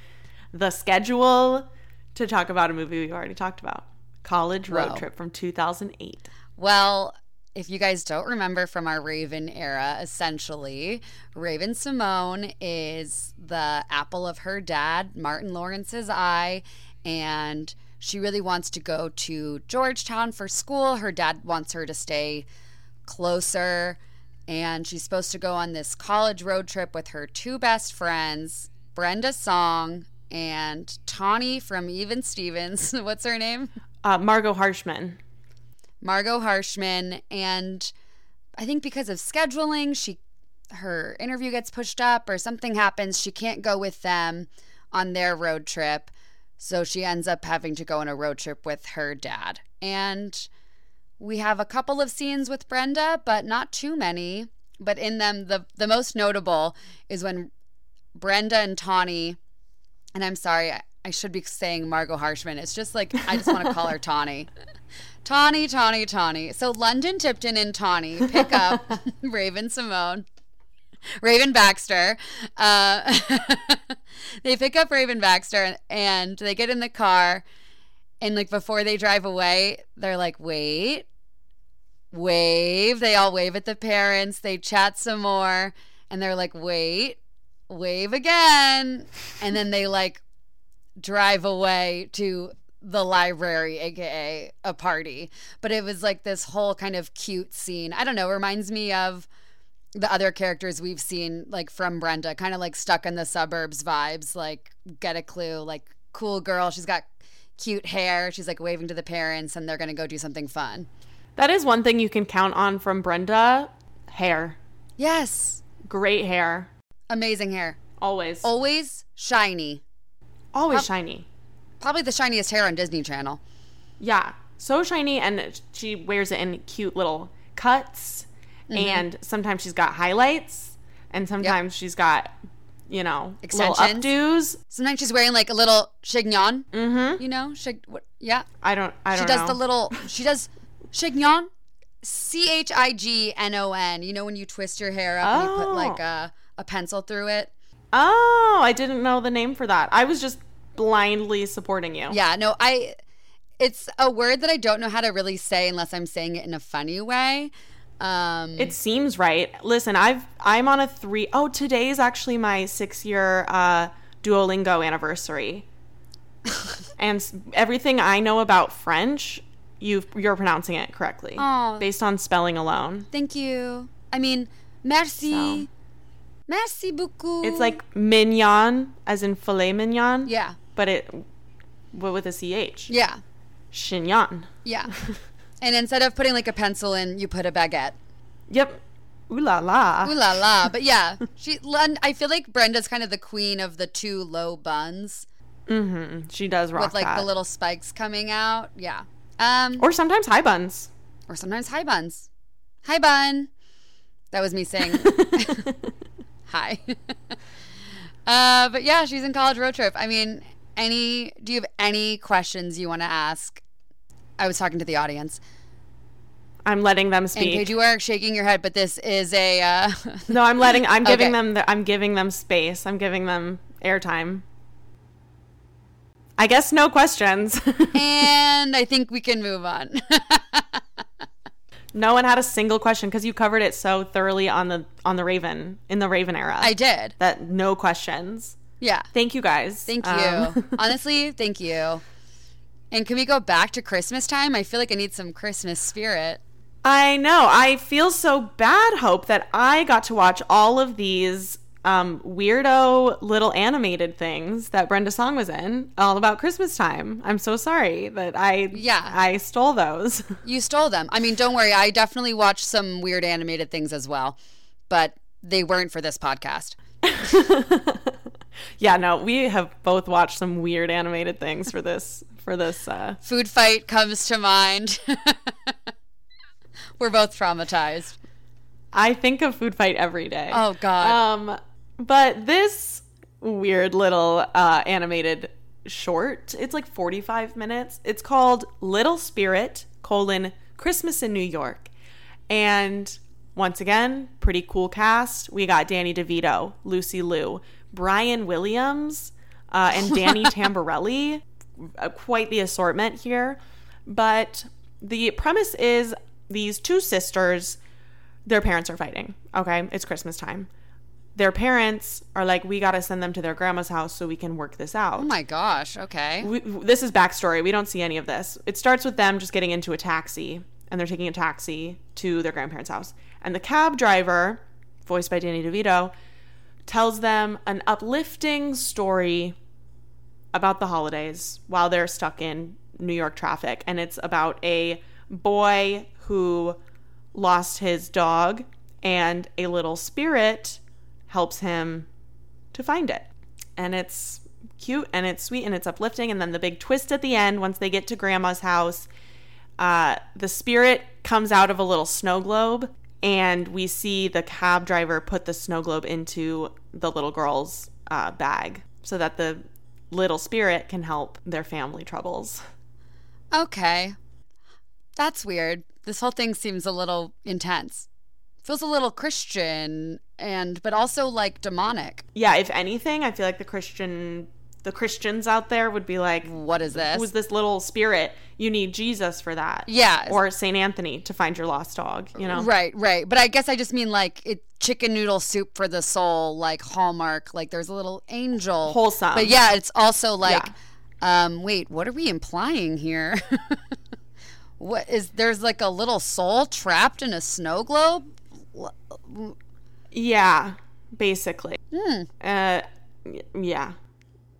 [SPEAKER 1] the schedule to talk about a movie we've already talked about. College Road
[SPEAKER 2] Wow.
[SPEAKER 1] Trip from 2008.
[SPEAKER 2] Well, if you guys don't remember from our Raven era, essentially, Raven Simone is the apple of her dad, Martin Lawrence's eye, and she really wants to go to Georgetown for school. Her dad wants her to stay closer, and she's supposed to go on this college road trip with her two best friends, Brenda Song and Tawny from Even Stevens. What's her name?
[SPEAKER 1] Uh, Margot Harshman.
[SPEAKER 2] Margot Harshman and I think because of scheduling she her interview gets pushed up or something happens she can't go with them on their road trip so she ends up having to go on a road trip with her dad and we have a couple of scenes with Brenda but not too many but in them the the most notable is when Brenda and Tawny and I'm sorry I, I should be saying Margot Harshman it's just like I just want to call her Tawny Tawny, Tawny, Tawny. So London Tipton and Tawny pick up Raven Simone, Raven Baxter. Uh, they pick up Raven Baxter and they get in the car. And like before they drive away, they're like, wait, wave. They all wave at the parents. They chat some more. And they're like, wait, wave again. And then they like drive away to the library, aka a party. But it was like this whole kind of cute scene. I don't know, reminds me of the other characters we've seen, like from Brenda, kind of like stuck in the suburbs vibes, like get a clue, like cool girl. She's got cute hair. She's like waving to the parents, and they're going to go do something fun.
[SPEAKER 1] That is one thing you can count on from Brenda hair.
[SPEAKER 2] Yes.
[SPEAKER 1] Great hair.
[SPEAKER 2] Amazing hair.
[SPEAKER 1] Always.
[SPEAKER 2] Oh, Always shiny. uh,
[SPEAKER 1] Always shiny.
[SPEAKER 2] Probably the shiniest hair on Disney Channel.
[SPEAKER 1] Yeah, so shiny, and she wears it in cute little cuts.
[SPEAKER 2] Mm-hmm.
[SPEAKER 1] And sometimes she's got highlights, and sometimes she's got, you know,
[SPEAKER 2] Extensions.
[SPEAKER 1] little updos.
[SPEAKER 2] Sometimes she's wearing like a little chignon. Mm-hmm. You know, chig- what, yeah.
[SPEAKER 1] I don't, I
[SPEAKER 2] She
[SPEAKER 1] don't.
[SPEAKER 2] does
[SPEAKER 1] know.
[SPEAKER 2] the little. She does chignon, C H I G N O N. You know when you twist your hair up and you put
[SPEAKER 1] Oh.
[SPEAKER 2] like a a pencil through it.
[SPEAKER 1] Oh, I didn't know the name for that. I was just blindly supporting you.
[SPEAKER 2] Yeah. No, I. It's a word that I don't know how to really say unless I'm saying it in a funny way. Um,
[SPEAKER 1] It seems right. Listen, I've I'm on a three oh today is actually my six year uh, Duolingo anniversary. and s- everything I know about French, you've, you're pronouncing it correctly
[SPEAKER 2] Aw.
[SPEAKER 1] based on spelling alone.
[SPEAKER 2] Thank you. I mean, merci. Merci beaucoup.
[SPEAKER 1] It's like mignon, as in filet mignon,
[SPEAKER 2] Yeah.
[SPEAKER 1] but it but with a ch.
[SPEAKER 2] Yeah.
[SPEAKER 1] Chignon.
[SPEAKER 2] Yeah. and instead of putting like a pencil in, you put a baguette.
[SPEAKER 1] Yep. Ooh la la.
[SPEAKER 2] Ooh la la. But yeah, she. Len- I feel like Brenda's kind of the queen of the two low buns
[SPEAKER 1] Mm, She does rock
[SPEAKER 2] with like
[SPEAKER 1] that.
[SPEAKER 2] the little spikes coming out. Yeah. Um. Or,
[SPEAKER 1] or sometimes high buns.
[SPEAKER 2] sometimes high buns. Hi bun. That was me saying hi. uh. But yeah, she's in college road trip. I mean, any? Do you have any questions you want to ask? I was talking to the audience.
[SPEAKER 1] I'm letting them
[SPEAKER 2] And Paige,
[SPEAKER 1] speak.
[SPEAKER 2] you are shaking your head, but this is a uh,
[SPEAKER 1] No, I'm letting. I'm giving
[SPEAKER 2] Okay.
[SPEAKER 1] them. The, I'm giving them space. I'm giving them airtime. I guess no questions.
[SPEAKER 2] and I think we can move on.
[SPEAKER 1] no one had a single question because you covered it so thoroughly on the on the Raven in the Raven era.
[SPEAKER 2] I did.
[SPEAKER 1] that no questions.
[SPEAKER 2] Yeah.
[SPEAKER 1] Thank you guys.
[SPEAKER 2] Thank you.
[SPEAKER 1] Um,
[SPEAKER 2] Honestly, thank you. And can we go back to Christmas time? I feel like I need some Christmas spirit.
[SPEAKER 1] I know. I feel so bad, Hope, that I got to watch all of these um, weirdo little animated things that Brenda Song was in, all about Christmas time. I'm so sorry that I
[SPEAKER 2] Yeah.
[SPEAKER 1] I stole those.
[SPEAKER 2] You stole them. I mean, don't worry. I definitely watched some weird animated things as well, but they weren't for this podcast.
[SPEAKER 1] yeah, no, we have both watched some weird animated things for this for this. Uh,
[SPEAKER 2] Food fight comes to mind. We're both traumatized.
[SPEAKER 1] I think of food fight every day.
[SPEAKER 2] Oh, God.
[SPEAKER 1] Um, but this weird little uh, animated short, it's like 45 minutes. It's called Little Spirit, colon, Christmas in New York. And once again, pretty cool cast. We got Danny DeVito, Lucy Liu, Brian Williams, uh, and Danny Tamborelli. Uh, Quite the assortment here. But the premise is these two sisters, their parents are fighting. Okay, it's Christmas time their parents are like, we got to send them to their grandma's house so we can work this out.
[SPEAKER 2] oh my gosh. Okay.
[SPEAKER 1] we, this is backstory. We don't see any of this. It starts with them just getting into a taxi, and they're taking a taxi to their grandparents' house. And the cab driver, voiced by Danny DeVito, tells them an uplifting story about the holidays while they're stuck in New York traffic. And it's about a boy who lost his dog, and a little spirit helps him to find it. And it's cute and it's sweet and it's uplifting. And then the big twist at the end, once they get to grandma's house, uh, the spirit comes out of a little snow globe. And we see the cab driver put the snow globe into the little girl's uh, bag so that the little spirit can help their family troubles.
[SPEAKER 2] Okay. That's weird. This whole thing seems a little intense. Feels a little Christian and but also like demonic.
[SPEAKER 1] Yeah, if anything, I feel like the Christian the Christians out there would be like,
[SPEAKER 2] What is this?
[SPEAKER 1] "Who's this little spirit? You need Jesus for that."
[SPEAKER 2] yeah.
[SPEAKER 1] or St. Anthony to find your lost dog, you know?
[SPEAKER 2] right, right. But I guess I just mean like it chicken noodle soup for the soul, like Hallmark, like there's a little angel.
[SPEAKER 1] Wholesome.
[SPEAKER 2] But yeah, it's also like um wait, what are we implying here? what is there's like a little soul trapped in a snow globe?
[SPEAKER 1] Yeah, basically.
[SPEAKER 2] Hmm.
[SPEAKER 1] Uh, y- yeah.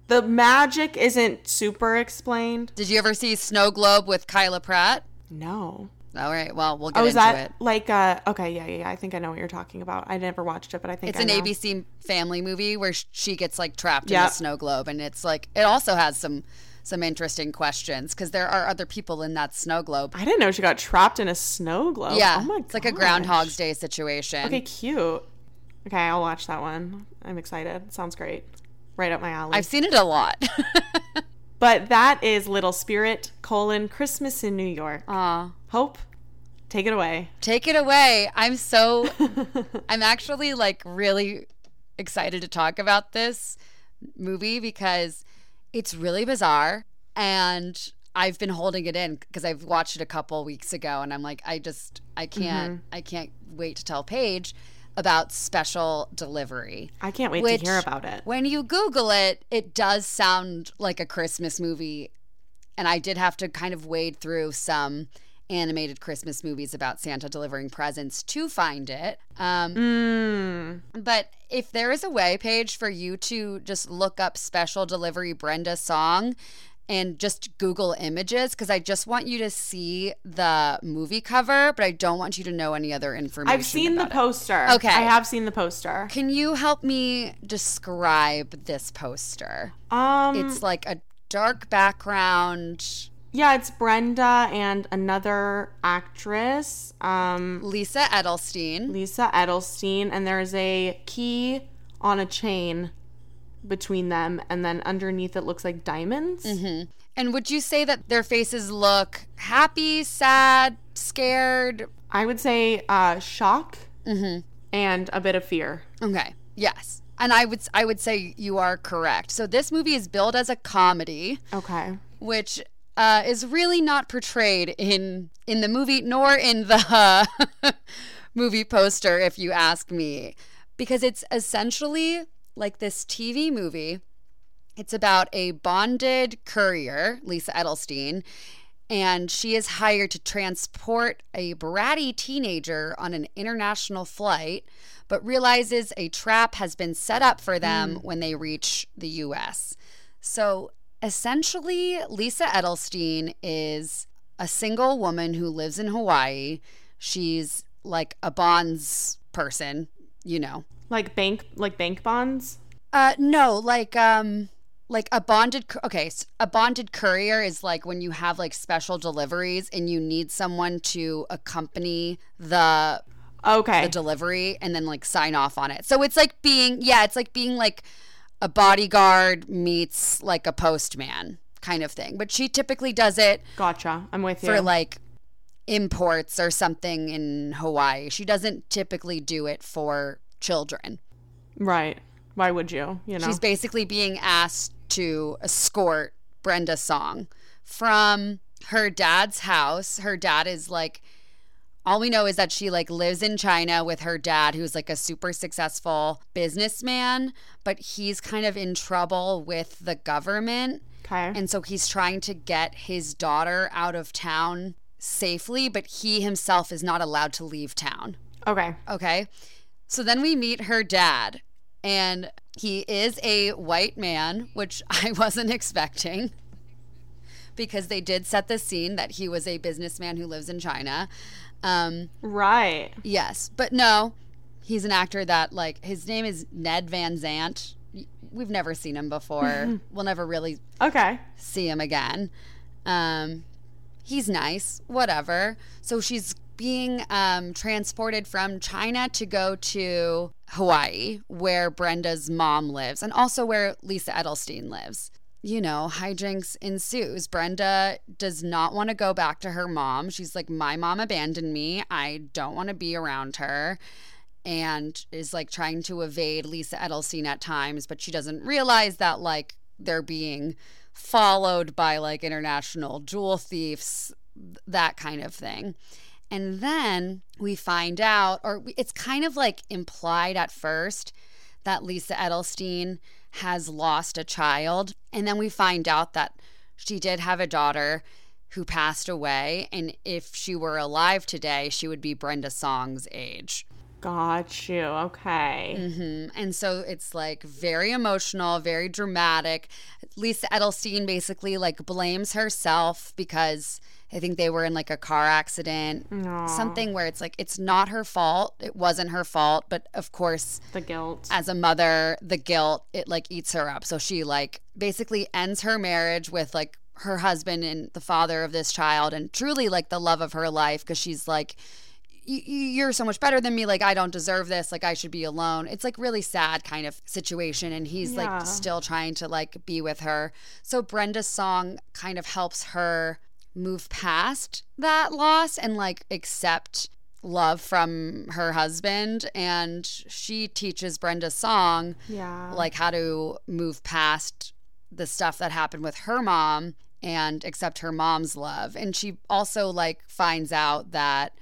[SPEAKER 1] The magic isn't super explained.
[SPEAKER 2] Did you ever see Snow Globe with Kyla Pratt?
[SPEAKER 1] No.
[SPEAKER 2] All right. Well, we'll get
[SPEAKER 1] Oh, is
[SPEAKER 2] into
[SPEAKER 1] that
[SPEAKER 2] it.
[SPEAKER 1] like uh okay, yeah, yeah, yeah. I think I know what you're talking about. I never watched it, but I think
[SPEAKER 2] It's
[SPEAKER 1] I
[SPEAKER 2] an
[SPEAKER 1] know.
[SPEAKER 2] ABC family movie where sh- she gets like trapped in
[SPEAKER 1] Yeah.
[SPEAKER 2] a snow globe, and it's like it also has some some interesting questions because there are other people in that snow globe.
[SPEAKER 1] I didn't know she got trapped in a snow globe.
[SPEAKER 2] yeah,
[SPEAKER 1] Oh my
[SPEAKER 2] it's like a
[SPEAKER 1] gosh.
[SPEAKER 2] Groundhog's Day situation.
[SPEAKER 1] Okay, cute. Okay, I'll watch that one. I'm excited. Sounds great. Right up my alley.
[SPEAKER 2] I've seen it a lot.
[SPEAKER 1] but that is Little Spirit colon Christmas in New York.
[SPEAKER 2] Aw.
[SPEAKER 1] Hope, take it away.
[SPEAKER 2] Take it away. I'm so I'm actually like really excited to talk about this movie because it's really bizarre and I've been holding it in because I've watched it a couple weeks ago and I'm like I just I can't I can't wait to tell Paige about special delivery.
[SPEAKER 1] I can't wait
[SPEAKER 2] Which-
[SPEAKER 1] to hear about it.
[SPEAKER 2] When you Google it, it does sound like a Christmas movie. And I did have to kind of wade through some animated Christmas movies about Santa delivering presents to find it. Um,
[SPEAKER 1] Mm.
[SPEAKER 2] But if there is a way page for you to just look up special delivery Brenda song and just Google images, because I just want you to see the movie cover, but I don't want you to know any other information.
[SPEAKER 1] I've seen the
[SPEAKER 2] about it.
[SPEAKER 1] poster.
[SPEAKER 2] Okay.
[SPEAKER 1] I have seen the poster.
[SPEAKER 2] Can you help me describe this poster?
[SPEAKER 1] Um
[SPEAKER 2] It's like a dark background.
[SPEAKER 1] yeah, it's Brenda and another actress, um
[SPEAKER 2] Lisa Edelstein.
[SPEAKER 1] Lisa Edelstein and there's a key on a chain between them and then underneath it looks like diamonds.
[SPEAKER 2] Mm-hmm. And would you say that their faces look happy, sad, scared?
[SPEAKER 1] I would say uh shock
[SPEAKER 2] Mm-hmm.
[SPEAKER 1] and a bit of fear.
[SPEAKER 2] Okay. Yes. And I would I would say you are correct. So this movie is billed as a comedy,
[SPEAKER 1] Okay.
[SPEAKER 2] which uh, is really not portrayed in in the movie nor in the movie poster, if you ask me, because it's essentially like this TV movie. It's about a bonded courier, Lisa Edelstein, and she is hired to transport a bratty teenager on an international flight, but realizes a trap has been set up for them when they reach the US. So essentially, Lisa Edelstein is a single woman who lives in Hawaii. She's like a bonds person, you know.
[SPEAKER 1] Like bank like bank bonds.
[SPEAKER 2] Uh, no, like um, like a bonded. cou- Okay, s- a bonded courier is like when you have like special deliveries and you need someone to accompany the
[SPEAKER 1] Okay.
[SPEAKER 2] the delivery and then like sign off on it. So it's like being yeah, it's like being like a bodyguard meets like a postman kind of thing. But she typically does it
[SPEAKER 1] gotcha. I'm with you.
[SPEAKER 2] for like imports or something in Hawaii. She doesn't typically do it for children.
[SPEAKER 1] right. Why would you? You know.
[SPEAKER 2] She's basically being asked to escort Brenda Song from her dad's house. Her dad is like all we know is that she like lives in China with her dad who's like a super successful businessman, but he's kind of in trouble with the government
[SPEAKER 1] okay.
[SPEAKER 2] and so he's trying to get his daughter out of town safely, but he himself is not allowed to leave town.
[SPEAKER 1] okay.
[SPEAKER 2] Okay. So then we meet her dad, and he is a white man, which I wasn't expecting because they did set the scene that he was a businessman who lives in China. Um,
[SPEAKER 1] Right.
[SPEAKER 2] yes, but no, he's an actor that, like, his name is Ned Van Zant. We've never seen him before. we'll never really
[SPEAKER 1] Okay.
[SPEAKER 2] see him again. Um, he's nice, whatever. So she's being um, transported from China to go to Hawaii, where Brenda's mom lives, and also where Lisa Edelstein lives. You know, hijinks ensues. Brenda does not want to go back to her mom. She's like, My mom abandoned me. I don't want to be around her and is like trying to evade Lisa Edelstein at times, but she doesn't realize that like they're being followed by like international jewel thieves, th- that kind of thing. And then we find out, or we- it's kind of like implied at first that Lisa Edelstein has lost a child. And then we find out that she did have a daughter who passed away. And if she were alive today, she would be Brenda Song's age.
[SPEAKER 1] Got you. Okay.
[SPEAKER 2] Mhm. And so it's like very emotional, very dramatic. Lisa Edelstein basically like blames herself because I think they were in like a car accident,
[SPEAKER 1] Aw,
[SPEAKER 2] something where it's like it's not her fault. It wasn't her fault, but of course,
[SPEAKER 1] The guilt.
[SPEAKER 2] as a mother, the guilt it like eats her up. So she like basically ends her marriage with like her husband and the father of this child and truly like the love of her life because she's like "Y- y- you're so much better than me like i don't deserve this like i should be alone it's like really sad kind of situation and he's
[SPEAKER 1] Yeah.
[SPEAKER 2] like still trying to like be with her so brenda's song kind of helps her move past that loss and like accept love from her husband and she teaches brenda song
[SPEAKER 1] yeah.
[SPEAKER 2] like how to move past the stuff that happened with her mom and accept her mom's love and she also like finds out that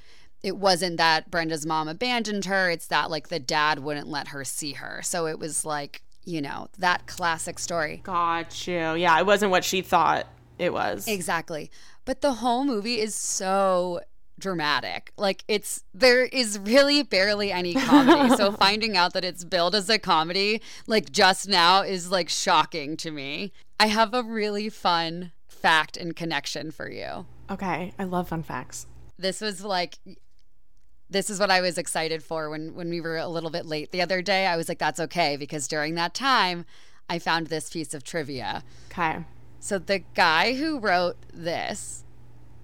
[SPEAKER 2] it wasn't that Brenda's mom abandoned her. It's that like the dad wouldn't let her see her. So it was like, you know, that classic story.
[SPEAKER 1] Got you. Yeah, it wasn't what she thought it was.
[SPEAKER 2] Exactly. But the whole movie is so dramatic. Like it's there is really barely any comedy. so finding out that it's billed as a comedy like just now is like shocking to me. I have a really fun fact and connection for you.
[SPEAKER 1] Okay, I love fun facts.
[SPEAKER 2] This was like this is what I was excited for when when we were a little bit late the other day. I was like that's okay because during that time I found this piece of trivia.
[SPEAKER 1] Okay.
[SPEAKER 2] So the guy who wrote this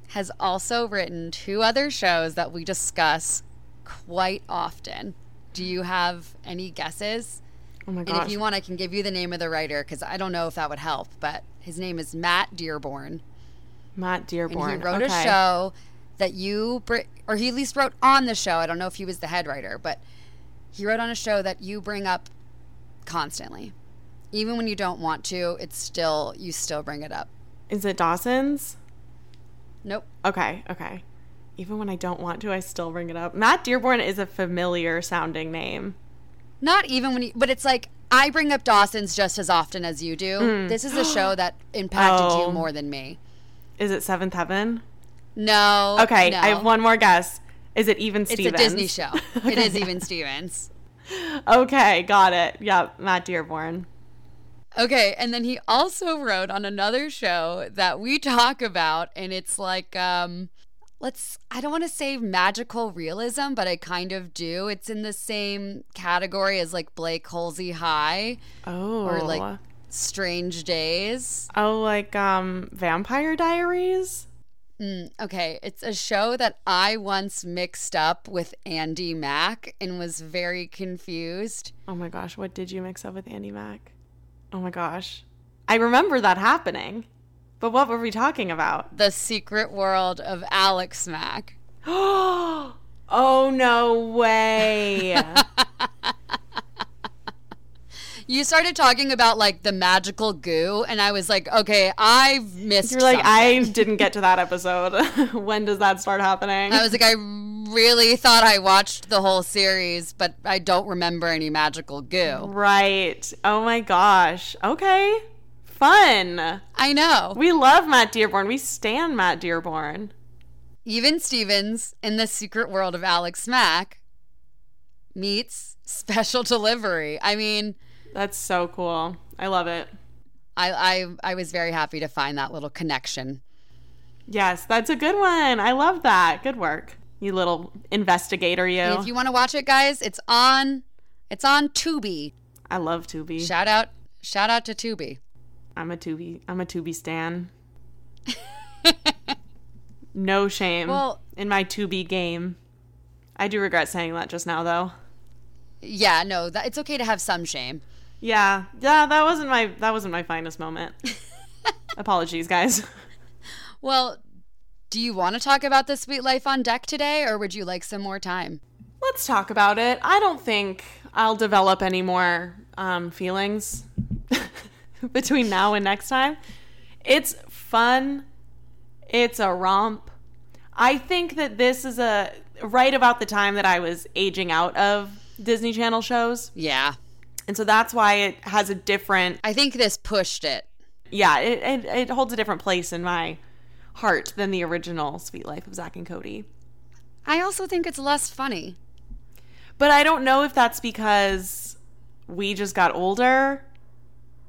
[SPEAKER 2] has also written two other shows that we discuss quite often. Do you have any guesses?
[SPEAKER 1] Oh my
[SPEAKER 2] And if
[SPEAKER 1] gosh.
[SPEAKER 2] you want, I can give you the name of the writer because I don't know if that would help, but his name is Matt Dearborn.
[SPEAKER 1] Matt
[SPEAKER 2] And
[SPEAKER 1] Dearborn.
[SPEAKER 2] he wrote
[SPEAKER 1] okay.
[SPEAKER 2] a show that you, br- or he at least wrote on the show. I don't know if he was the head writer, but he wrote on a show that you bring up constantly. Even when you don't want to, it's still, you still bring it up.
[SPEAKER 1] Is it Dawson's?
[SPEAKER 2] Nope.
[SPEAKER 1] Okay, okay. Even when I don't want to, I still bring it up. Matt Dearborn is a familiar sounding name.
[SPEAKER 2] Not even when you, but it's like I bring up Dawson's just as often as you do. This is a show that impacted
[SPEAKER 1] Mm. Oh.
[SPEAKER 2] you more than me.
[SPEAKER 1] Is it Seventh Heaven?
[SPEAKER 2] No.
[SPEAKER 1] Okay,
[SPEAKER 2] no.
[SPEAKER 1] I have one more guess. Is it Even
[SPEAKER 2] It's
[SPEAKER 1] Stevens?
[SPEAKER 2] a Disney show. It is even Stevens.
[SPEAKER 1] Okay, got it. Yeah, Matt Dearborn.
[SPEAKER 2] Okay, and then he also wrote on another show that we talk about, and it's like, um, let's, I don't want to say magical realism, but I kind of do. It's in the same category as like Blake Halsey High
[SPEAKER 1] Oh.
[SPEAKER 2] or like Strange Days.
[SPEAKER 1] Oh, like um Vampire Diaries?
[SPEAKER 2] Mm, okay, it's a show that I once mixed up with Andy Mack and was very confused.
[SPEAKER 1] Oh my gosh, what did you mix up with Andy Mack? Oh my gosh. I remember that happening. But what were we talking about?
[SPEAKER 2] The Secret World of Alex Mack.
[SPEAKER 1] oh no way.
[SPEAKER 2] You started talking about like the magical goo, and I was like, okay, I've missed.
[SPEAKER 1] You're like,
[SPEAKER 2] something.
[SPEAKER 1] I didn't get to that episode. when does that start happening?
[SPEAKER 2] I was like, I really thought I watched the whole series, but I don't remember any magical goo.
[SPEAKER 1] right. Oh my gosh. Okay. Fun.
[SPEAKER 2] I know.
[SPEAKER 1] We love Matt Dearborn. We stan Matt Dearborn.
[SPEAKER 2] Even Stevens in the secret world of Alex Mack meets special delivery. I mean,
[SPEAKER 1] That's so cool. I love it.
[SPEAKER 2] I, I I was very happy to find that little connection.
[SPEAKER 1] Yes, that's a good one. I love that. Good work. You little investigator, you.
[SPEAKER 2] And if you want to watch it, guys, it's on it's on Tubi.
[SPEAKER 1] I love Tubi.
[SPEAKER 2] Shout out shout out to Tubi.
[SPEAKER 1] I'm a Tubi. I'm a Tubi stan. no shame
[SPEAKER 2] Well-
[SPEAKER 1] in my Tubi game. I do regret saying that just now, though.
[SPEAKER 2] Yeah, no, that, it's okay to have some shame.
[SPEAKER 1] Yeah, yeah, that wasn't my that wasn't my finest moment. Apologies, guys.
[SPEAKER 2] Well, do you want to talk about the sweet life on deck today, or would you like some more time?
[SPEAKER 1] Let's talk about it. I don't think I'll develop any more um, feelings between now and next time. It's fun. It's a romp. I think that this is a right about the time that I was aging out of Disney Channel shows,
[SPEAKER 2] Yeah,
[SPEAKER 1] and so that's why it has a different
[SPEAKER 2] I think this pushed it.
[SPEAKER 1] yeah, it, it it holds a different place in my heart than the original Sweet Life of Zach and Cody.
[SPEAKER 2] I also think it's less funny.
[SPEAKER 1] But I don't know if that's because we just got older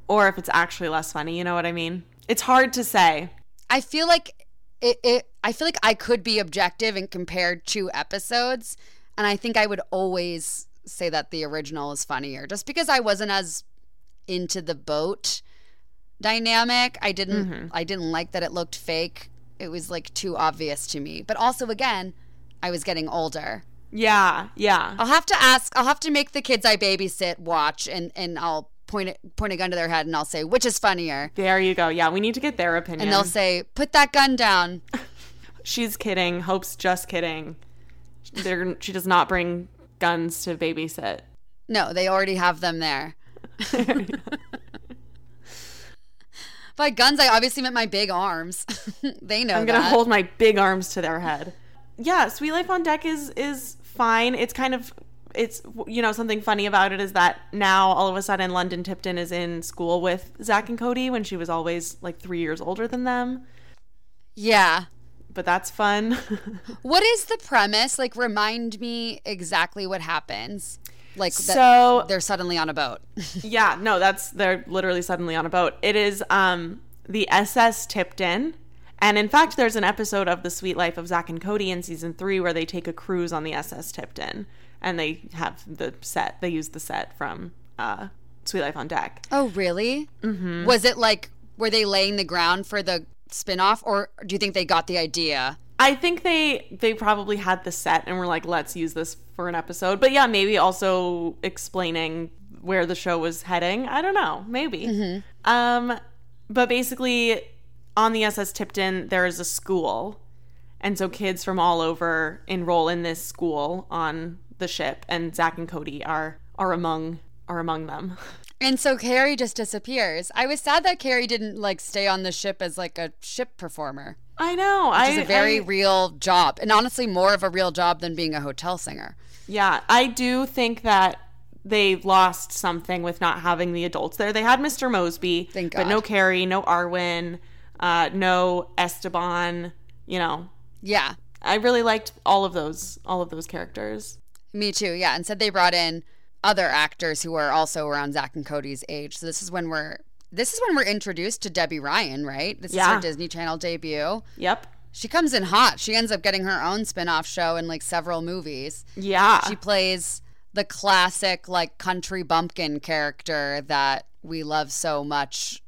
[SPEAKER 1] or if it's actually less funny, you know what I mean? It's hard to say.
[SPEAKER 2] I feel like it, it I feel like I could be objective and compare two episodes and I think I would always say that the original is funnier just because I wasn't as into the boat dynamic. I didn't I didn't like that it looked fake. It was like too obvious to me. But also again, I was getting older.
[SPEAKER 1] Yeah, yeah.
[SPEAKER 2] I'll have to ask I'll have to make the kids I babysit watch and and I'll point it, point a gun to their head and I'll say which is funnier.
[SPEAKER 1] There you go. Yeah, we need to get their opinion.
[SPEAKER 2] And they'll say, "Put that gun down."
[SPEAKER 1] She's kidding. Hope's just kidding. They're, she does not bring guns to babysit.
[SPEAKER 2] No, they already have them there. By guns, I obviously meant my big arms. they know
[SPEAKER 1] I'm going to
[SPEAKER 2] that.
[SPEAKER 1] hold my big arms to their head. yeah, Sweet Life on Deck is is fine. It's kind of it's you know something funny about it is that now all of a sudden London Tipton is in school with Zach and Cody when she was always like three years older than them.
[SPEAKER 2] Yeah.
[SPEAKER 1] But that's fun.
[SPEAKER 2] What is the premise? Like, remind me exactly what happens. Like, that
[SPEAKER 1] So-
[SPEAKER 2] they're suddenly on a boat.
[SPEAKER 1] yeah, no, that's they're literally suddenly on a boat. It is um the SS Tipton. And in fact, there's an episode of The Sweet Life of Zach and Cody in season three where they take a cruise on the SS Tipton and they have the set, they use the set from uh, Sweet Life on Deck.
[SPEAKER 2] Oh, really? Mm-hmm. Was it like, were they laying the ground for the spinoff, or do you think they got the idea?
[SPEAKER 1] I think they they probably had the set and were like, let's use this for an episode. But yeah, maybe also explaining where the show was heading. I don't know. Maybe.
[SPEAKER 2] Mm-hmm.
[SPEAKER 1] Um, but basically, on the SS Tipton, there is a school, and so kids from all over enroll in this school on the ship, and Zach and Cody are are among are among them.
[SPEAKER 2] And so Carrie just disappears. I was sad that Carrie didn't like stay on the ship as like a ship performer.
[SPEAKER 1] I know. I
[SPEAKER 2] It's a very
[SPEAKER 1] I-
[SPEAKER 2] real job, and honestly, more of a real job than being a hotel singer.
[SPEAKER 1] Yeah, I do think that they lost something with not having the adults there. They had Mr. Mosby,
[SPEAKER 2] Thank
[SPEAKER 1] but no
[SPEAKER 2] God.
[SPEAKER 1] Carrie, no Arwen, uh, no Esteban. You know,
[SPEAKER 2] Yeah,
[SPEAKER 1] I really liked all of those, all of those characters.
[SPEAKER 2] me too. Yeah, instead they brought in other actors who are also around Zach and Cody's age. So this is when we're this is when we're introduced to Debbie Ryan, right? This is
[SPEAKER 1] Yeah.
[SPEAKER 2] her Disney Channel debut.
[SPEAKER 1] Yep.
[SPEAKER 2] She comes in hot. She ends up getting her own spin-off show in like several movies.
[SPEAKER 1] Yeah.
[SPEAKER 2] She plays the classic like country bumpkin character that we love so much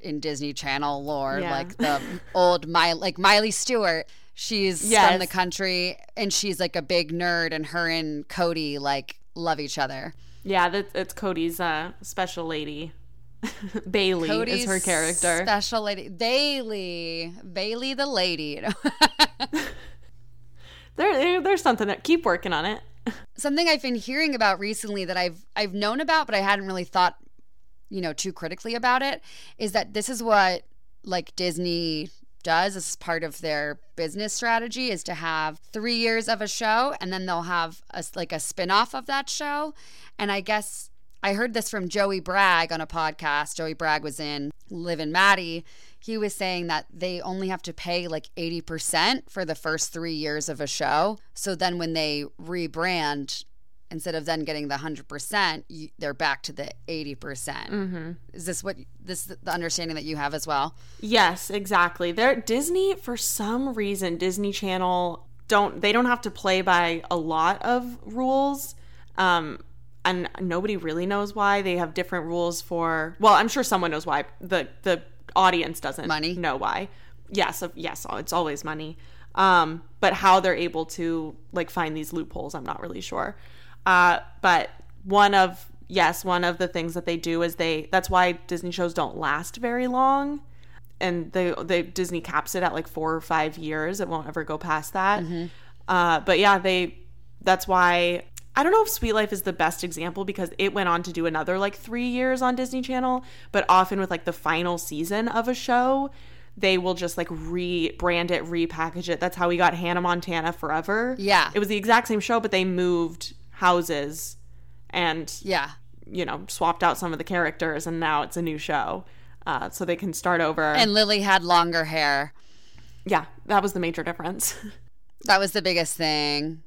[SPEAKER 2] in Disney Channel lore,
[SPEAKER 1] Yeah.
[SPEAKER 2] like the old Miley, like Miley Stewart. She's
[SPEAKER 1] Yes.
[SPEAKER 2] from the country and she's like a big nerd, and her and Cody like love each other.
[SPEAKER 1] yeah, that, that's Cody's uh, special lady. Bailey
[SPEAKER 2] Cody's
[SPEAKER 1] is her character.
[SPEAKER 2] special lady Bailey, Bailey the lady.
[SPEAKER 1] there, there- there's something there. Keep working on it.
[SPEAKER 2] something I've been hearing about recently that I've I've known about, but I hadn't really thought, you know, too critically about it, is that this is what like Disney does as part of their business strategy is to have three years of a show and then they'll have a, s- like a spin-off of that show and i guess i heard this from joey bragg on a podcast joey bragg was in live and maddie he was saying that they only have to pay like 80% for the first three years of a show so then when they rebrand instead of then getting the 100% you, they're back to the 80% percent
[SPEAKER 1] Mm-hmm.
[SPEAKER 2] is this what this the understanding that you have as well
[SPEAKER 1] Yes, exactly. They're Disney for some reason Disney Channel don't they don't have to play by a lot of rules. Um and nobody really knows why they have different rules for well, I'm sure someone knows why. The the audience doesn't
[SPEAKER 2] Money?
[SPEAKER 1] know why. Yes, of yes, it's always money. Um but how they're able to like find these loopholes, I'm not really sure. Uh but one of yes, one of the things that they do is they that's why Disney shows don't last very long and the the Disney caps it at like four or five years. It won't ever go past that.
[SPEAKER 2] Mm-hmm.
[SPEAKER 1] Uh, but yeah, they. That's why I don't know if Sweet Life is the best example because it went on to do another like three years on Disney Channel. But often with like the final season of a show, they will just like rebrand it, repackage it. That's how we got Hannah Montana Forever.
[SPEAKER 2] Yeah.
[SPEAKER 1] it was the exact same show, but they moved houses and
[SPEAKER 2] yeah
[SPEAKER 1] you know swapped out some of the characters, and now it's a new show. Uh, so they can start over
[SPEAKER 2] and lily had longer hair
[SPEAKER 1] yeah, that was the major difference.
[SPEAKER 2] That was the biggest thing.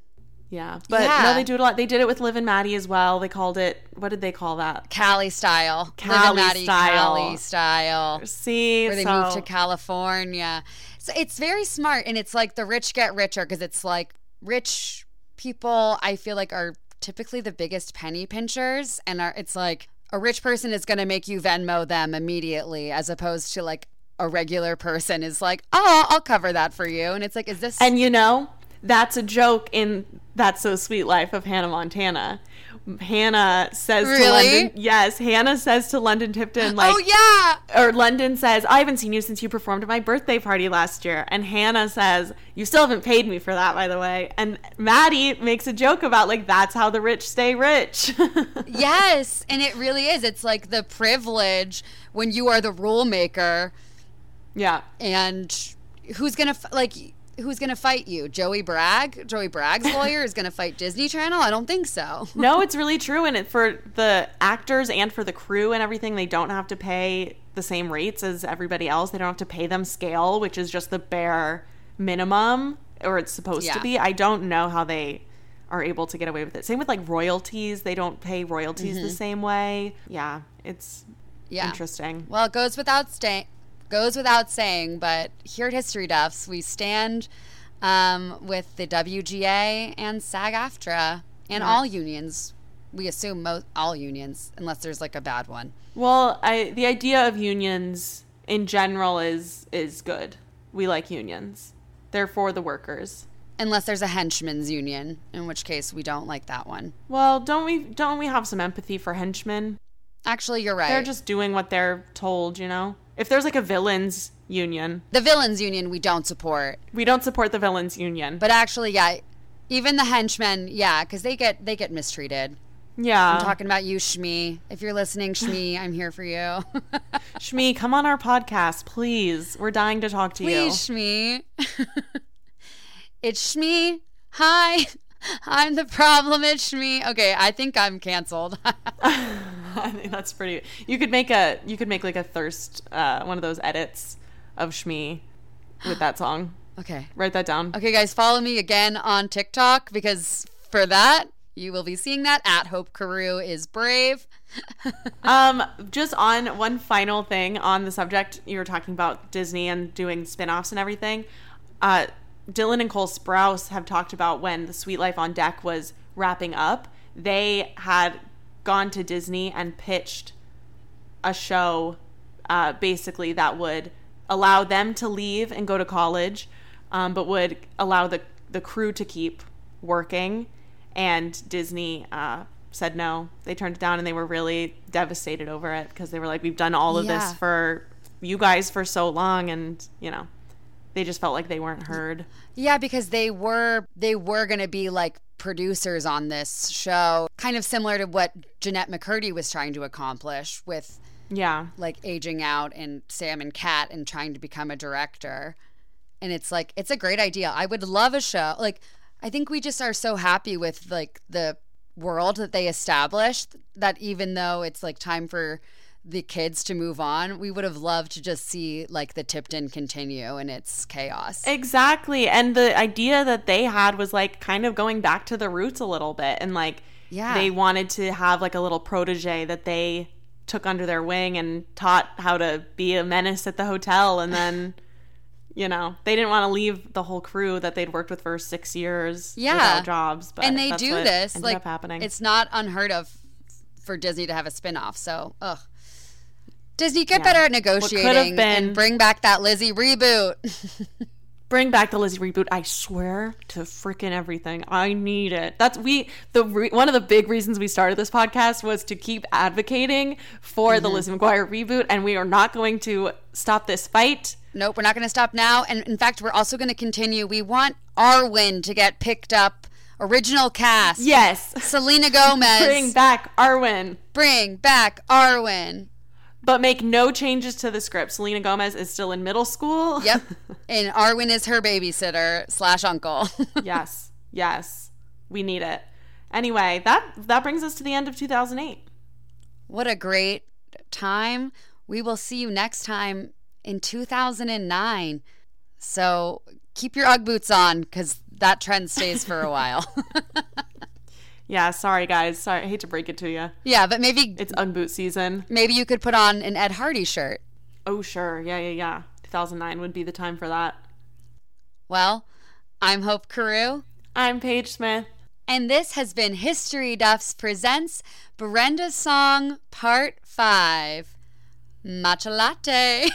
[SPEAKER 1] yeah, but
[SPEAKER 2] Yeah.
[SPEAKER 1] no, they do it a lot. They did it with Liv and Maddie as well. They called it what did they call that?
[SPEAKER 2] Cali style. Live and
[SPEAKER 1] Cali
[SPEAKER 2] Maddie,
[SPEAKER 1] style.
[SPEAKER 2] Cali style.
[SPEAKER 1] See,
[SPEAKER 2] Where they
[SPEAKER 1] so-
[SPEAKER 2] moved to California. So it's very smart and it's like the rich get richer because it's like rich people I feel like are typically the biggest penny pinchers and are it's like a rich person is gonna make you Venmo them immediately as opposed to like a regular person is like, Oh, I'll cover that for you. And it's like, is this
[SPEAKER 1] and you know that's a joke in "That's So Sweet Life" of Hannah Montana. Hannah says to
[SPEAKER 2] Really?
[SPEAKER 1] London, yes, Hannah says to London Tipton, like,
[SPEAKER 2] Oh yeah.
[SPEAKER 1] or London says, I haven't seen you since you performed at my birthday party last year. And Hannah says, You still haven't paid me for that, by the way. And Maddie makes a joke about, like, that's how the rich stay rich.
[SPEAKER 2] Yes, and it really is. It's like the privilege when you are the rule maker
[SPEAKER 1] yeah.
[SPEAKER 2] and who's going to like who's going to fight you? Joey Bragg? Joey Bragg's lawyer is going to fight Disney Channel? I don't think so.
[SPEAKER 1] no, it's really true. And it, for the actors and for the crew and everything, they don't have to pay the same rates as everybody else. They don't have to pay them scale, which is just the bare minimum, or it's supposed
[SPEAKER 2] Yeah.
[SPEAKER 1] to be. I don't know how they are able to get away with it. Same with like royalties. They don't pay royalties the same way. Yeah, it's
[SPEAKER 2] Mm-hmm. Yeah.
[SPEAKER 1] interesting.
[SPEAKER 2] Well, it goes without sta- goes without saying, but here at History Duffs, we stand um, with the WGA and SAG-AFTRA and all unions. We assume mo- all unions, unless there's like a bad one.
[SPEAKER 1] Well, I the idea of unions in general is is good. We like unions. They're for the workers.
[SPEAKER 2] Unless there's a henchman's union, in which case we don't like that one.
[SPEAKER 1] Well, don't we don't we have some empathy for henchmen?
[SPEAKER 2] Actually, you're right.
[SPEAKER 1] They're just doing what they're told, you know? If there's like a villains union,
[SPEAKER 2] the villains union we don't support.
[SPEAKER 1] we don't support the villains union. But
[SPEAKER 2] But actually, yeah, even the henchmen, yeah, because they get they get mistreated.
[SPEAKER 1] yeah.
[SPEAKER 2] I'm talking about you, Shmi. If you're listening, Shmi, I'm here for you.
[SPEAKER 1] Shmi, come on our podcast, please. We're dying to talk to you.
[SPEAKER 2] Please, Shmi. it's Shmi. Hi. I'm the problem. It's Shmi. Okay, I think I'm canceled.
[SPEAKER 1] I think that's pretty You could make a you could make like a thirst uh one of those edits of Shmi with that song.
[SPEAKER 2] okay.
[SPEAKER 1] Write that down.
[SPEAKER 2] Okay, guys, follow me again on TikTok because for that, you will be seeing that at Hope Carew is brave.
[SPEAKER 1] Um, just on one final thing on the subject, you were talking about Disney and doing spin-offs and everything. Uh, Dylan and Cole Sprouse have talked about when the Sweet Life on Deck was wrapping up. They had gone to Disney and pitched a show uh, basically that would allow them to leave and go to college, um, but would allow the, the crew to keep working. And Disney uh, said no. They turned it down and they were really devastated over it because they were like, we've done all of
[SPEAKER 2] Yeah.
[SPEAKER 1] this for you guys for so long. And, you know, they just felt like they weren't heard.
[SPEAKER 2] Yeah, because they were they were going to be like producers on this show, kind of similar to what Jeanette McCurdy was trying to accomplish with
[SPEAKER 1] Yeah.
[SPEAKER 2] like aging out and Sam and Cat and trying to become a director. And it's like it's a great idea. I would love a show. Like I think we just are so happy with like the world that they established that even though it's like time for the kids to move on, we would have loved to just see like the Tipton continue and its chaos.
[SPEAKER 1] Exactly. And the idea that they had was like kind of going back to the roots a little bit and like
[SPEAKER 2] Yeah.
[SPEAKER 1] they wanted to have like a little protege that they took under their wing and taught how to be a menace at the hotel and then you know, they didn't want to leave the whole crew that they'd worked with for 6 years
[SPEAKER 2] Yeah.
[SPEAKER 1] without jobs, but
[SPEAKER 2] and they
[SPEAKER 1] that's
[SPEAKER 2] do
[SPEAKER 1] what
[SPEAKER 2] this
[SPEAKER 1] ended
[SPEAKER 2] like
[SPEAKER 1] up happening.
[SPEAKER 2] it's not unheard of for disney to have a spin-off so ugh disney get better at negotiating
[SPEAKER 1] been.
[SPEAKER 2] and bring back that lizzie reboot
[SPEAKER 1] Bring back the Lizzie reboot. I swear to freaking everything. I need it. That's we the re, one of the big reasons we started this podcast was to keep advocating for the Lizzie McGuire reboot and we are not going to stop this fight.
[SPEAKER 2] nope we're not going to stop now and in fact we're also going to continue we want arwen to get picked up original cast
[SPEAKER 1] Yes.
[SPEAKER 2] selena gomez
[SPEAKER 1] Bring back Arwen,
[SPEAKER 2] bring back arwen
[SPEAKER 1] but make no changes to the script. Selena Gomez is still in middle school.
[SPEAKER 2] yep and arwen is her babysitter slash uncle
[SPEAKER 1] yes. Yes. We need it. Anyway, that that brings us to the end of 2008.
[SPEAKER 2] What a great time. We will see you next time in 2009. So keep your Ugg boots on because that trend stays for a while.
[SPEAKER 1] Yeah, sorry guys. Sorry, I hate to break it to you.
[SPEAKER 2] yeah, but maybe
[SPEAKER 1] It's Ugg boot season.
[SPEAKER 2] maybe you could put on an Ed Hardy shirt.
[SPEAKER 1] Oh, sure. Yeah, yeah, yeah. 2009 would be the time for that.
[SPEAKER 2] Well, I'm Hope Carew,
[SPEAKER 1] I'm Paige Smith.
[SPEAKER 2] and this has been History Duffs Presents Brenda's Song Part 5. Matcha Latte.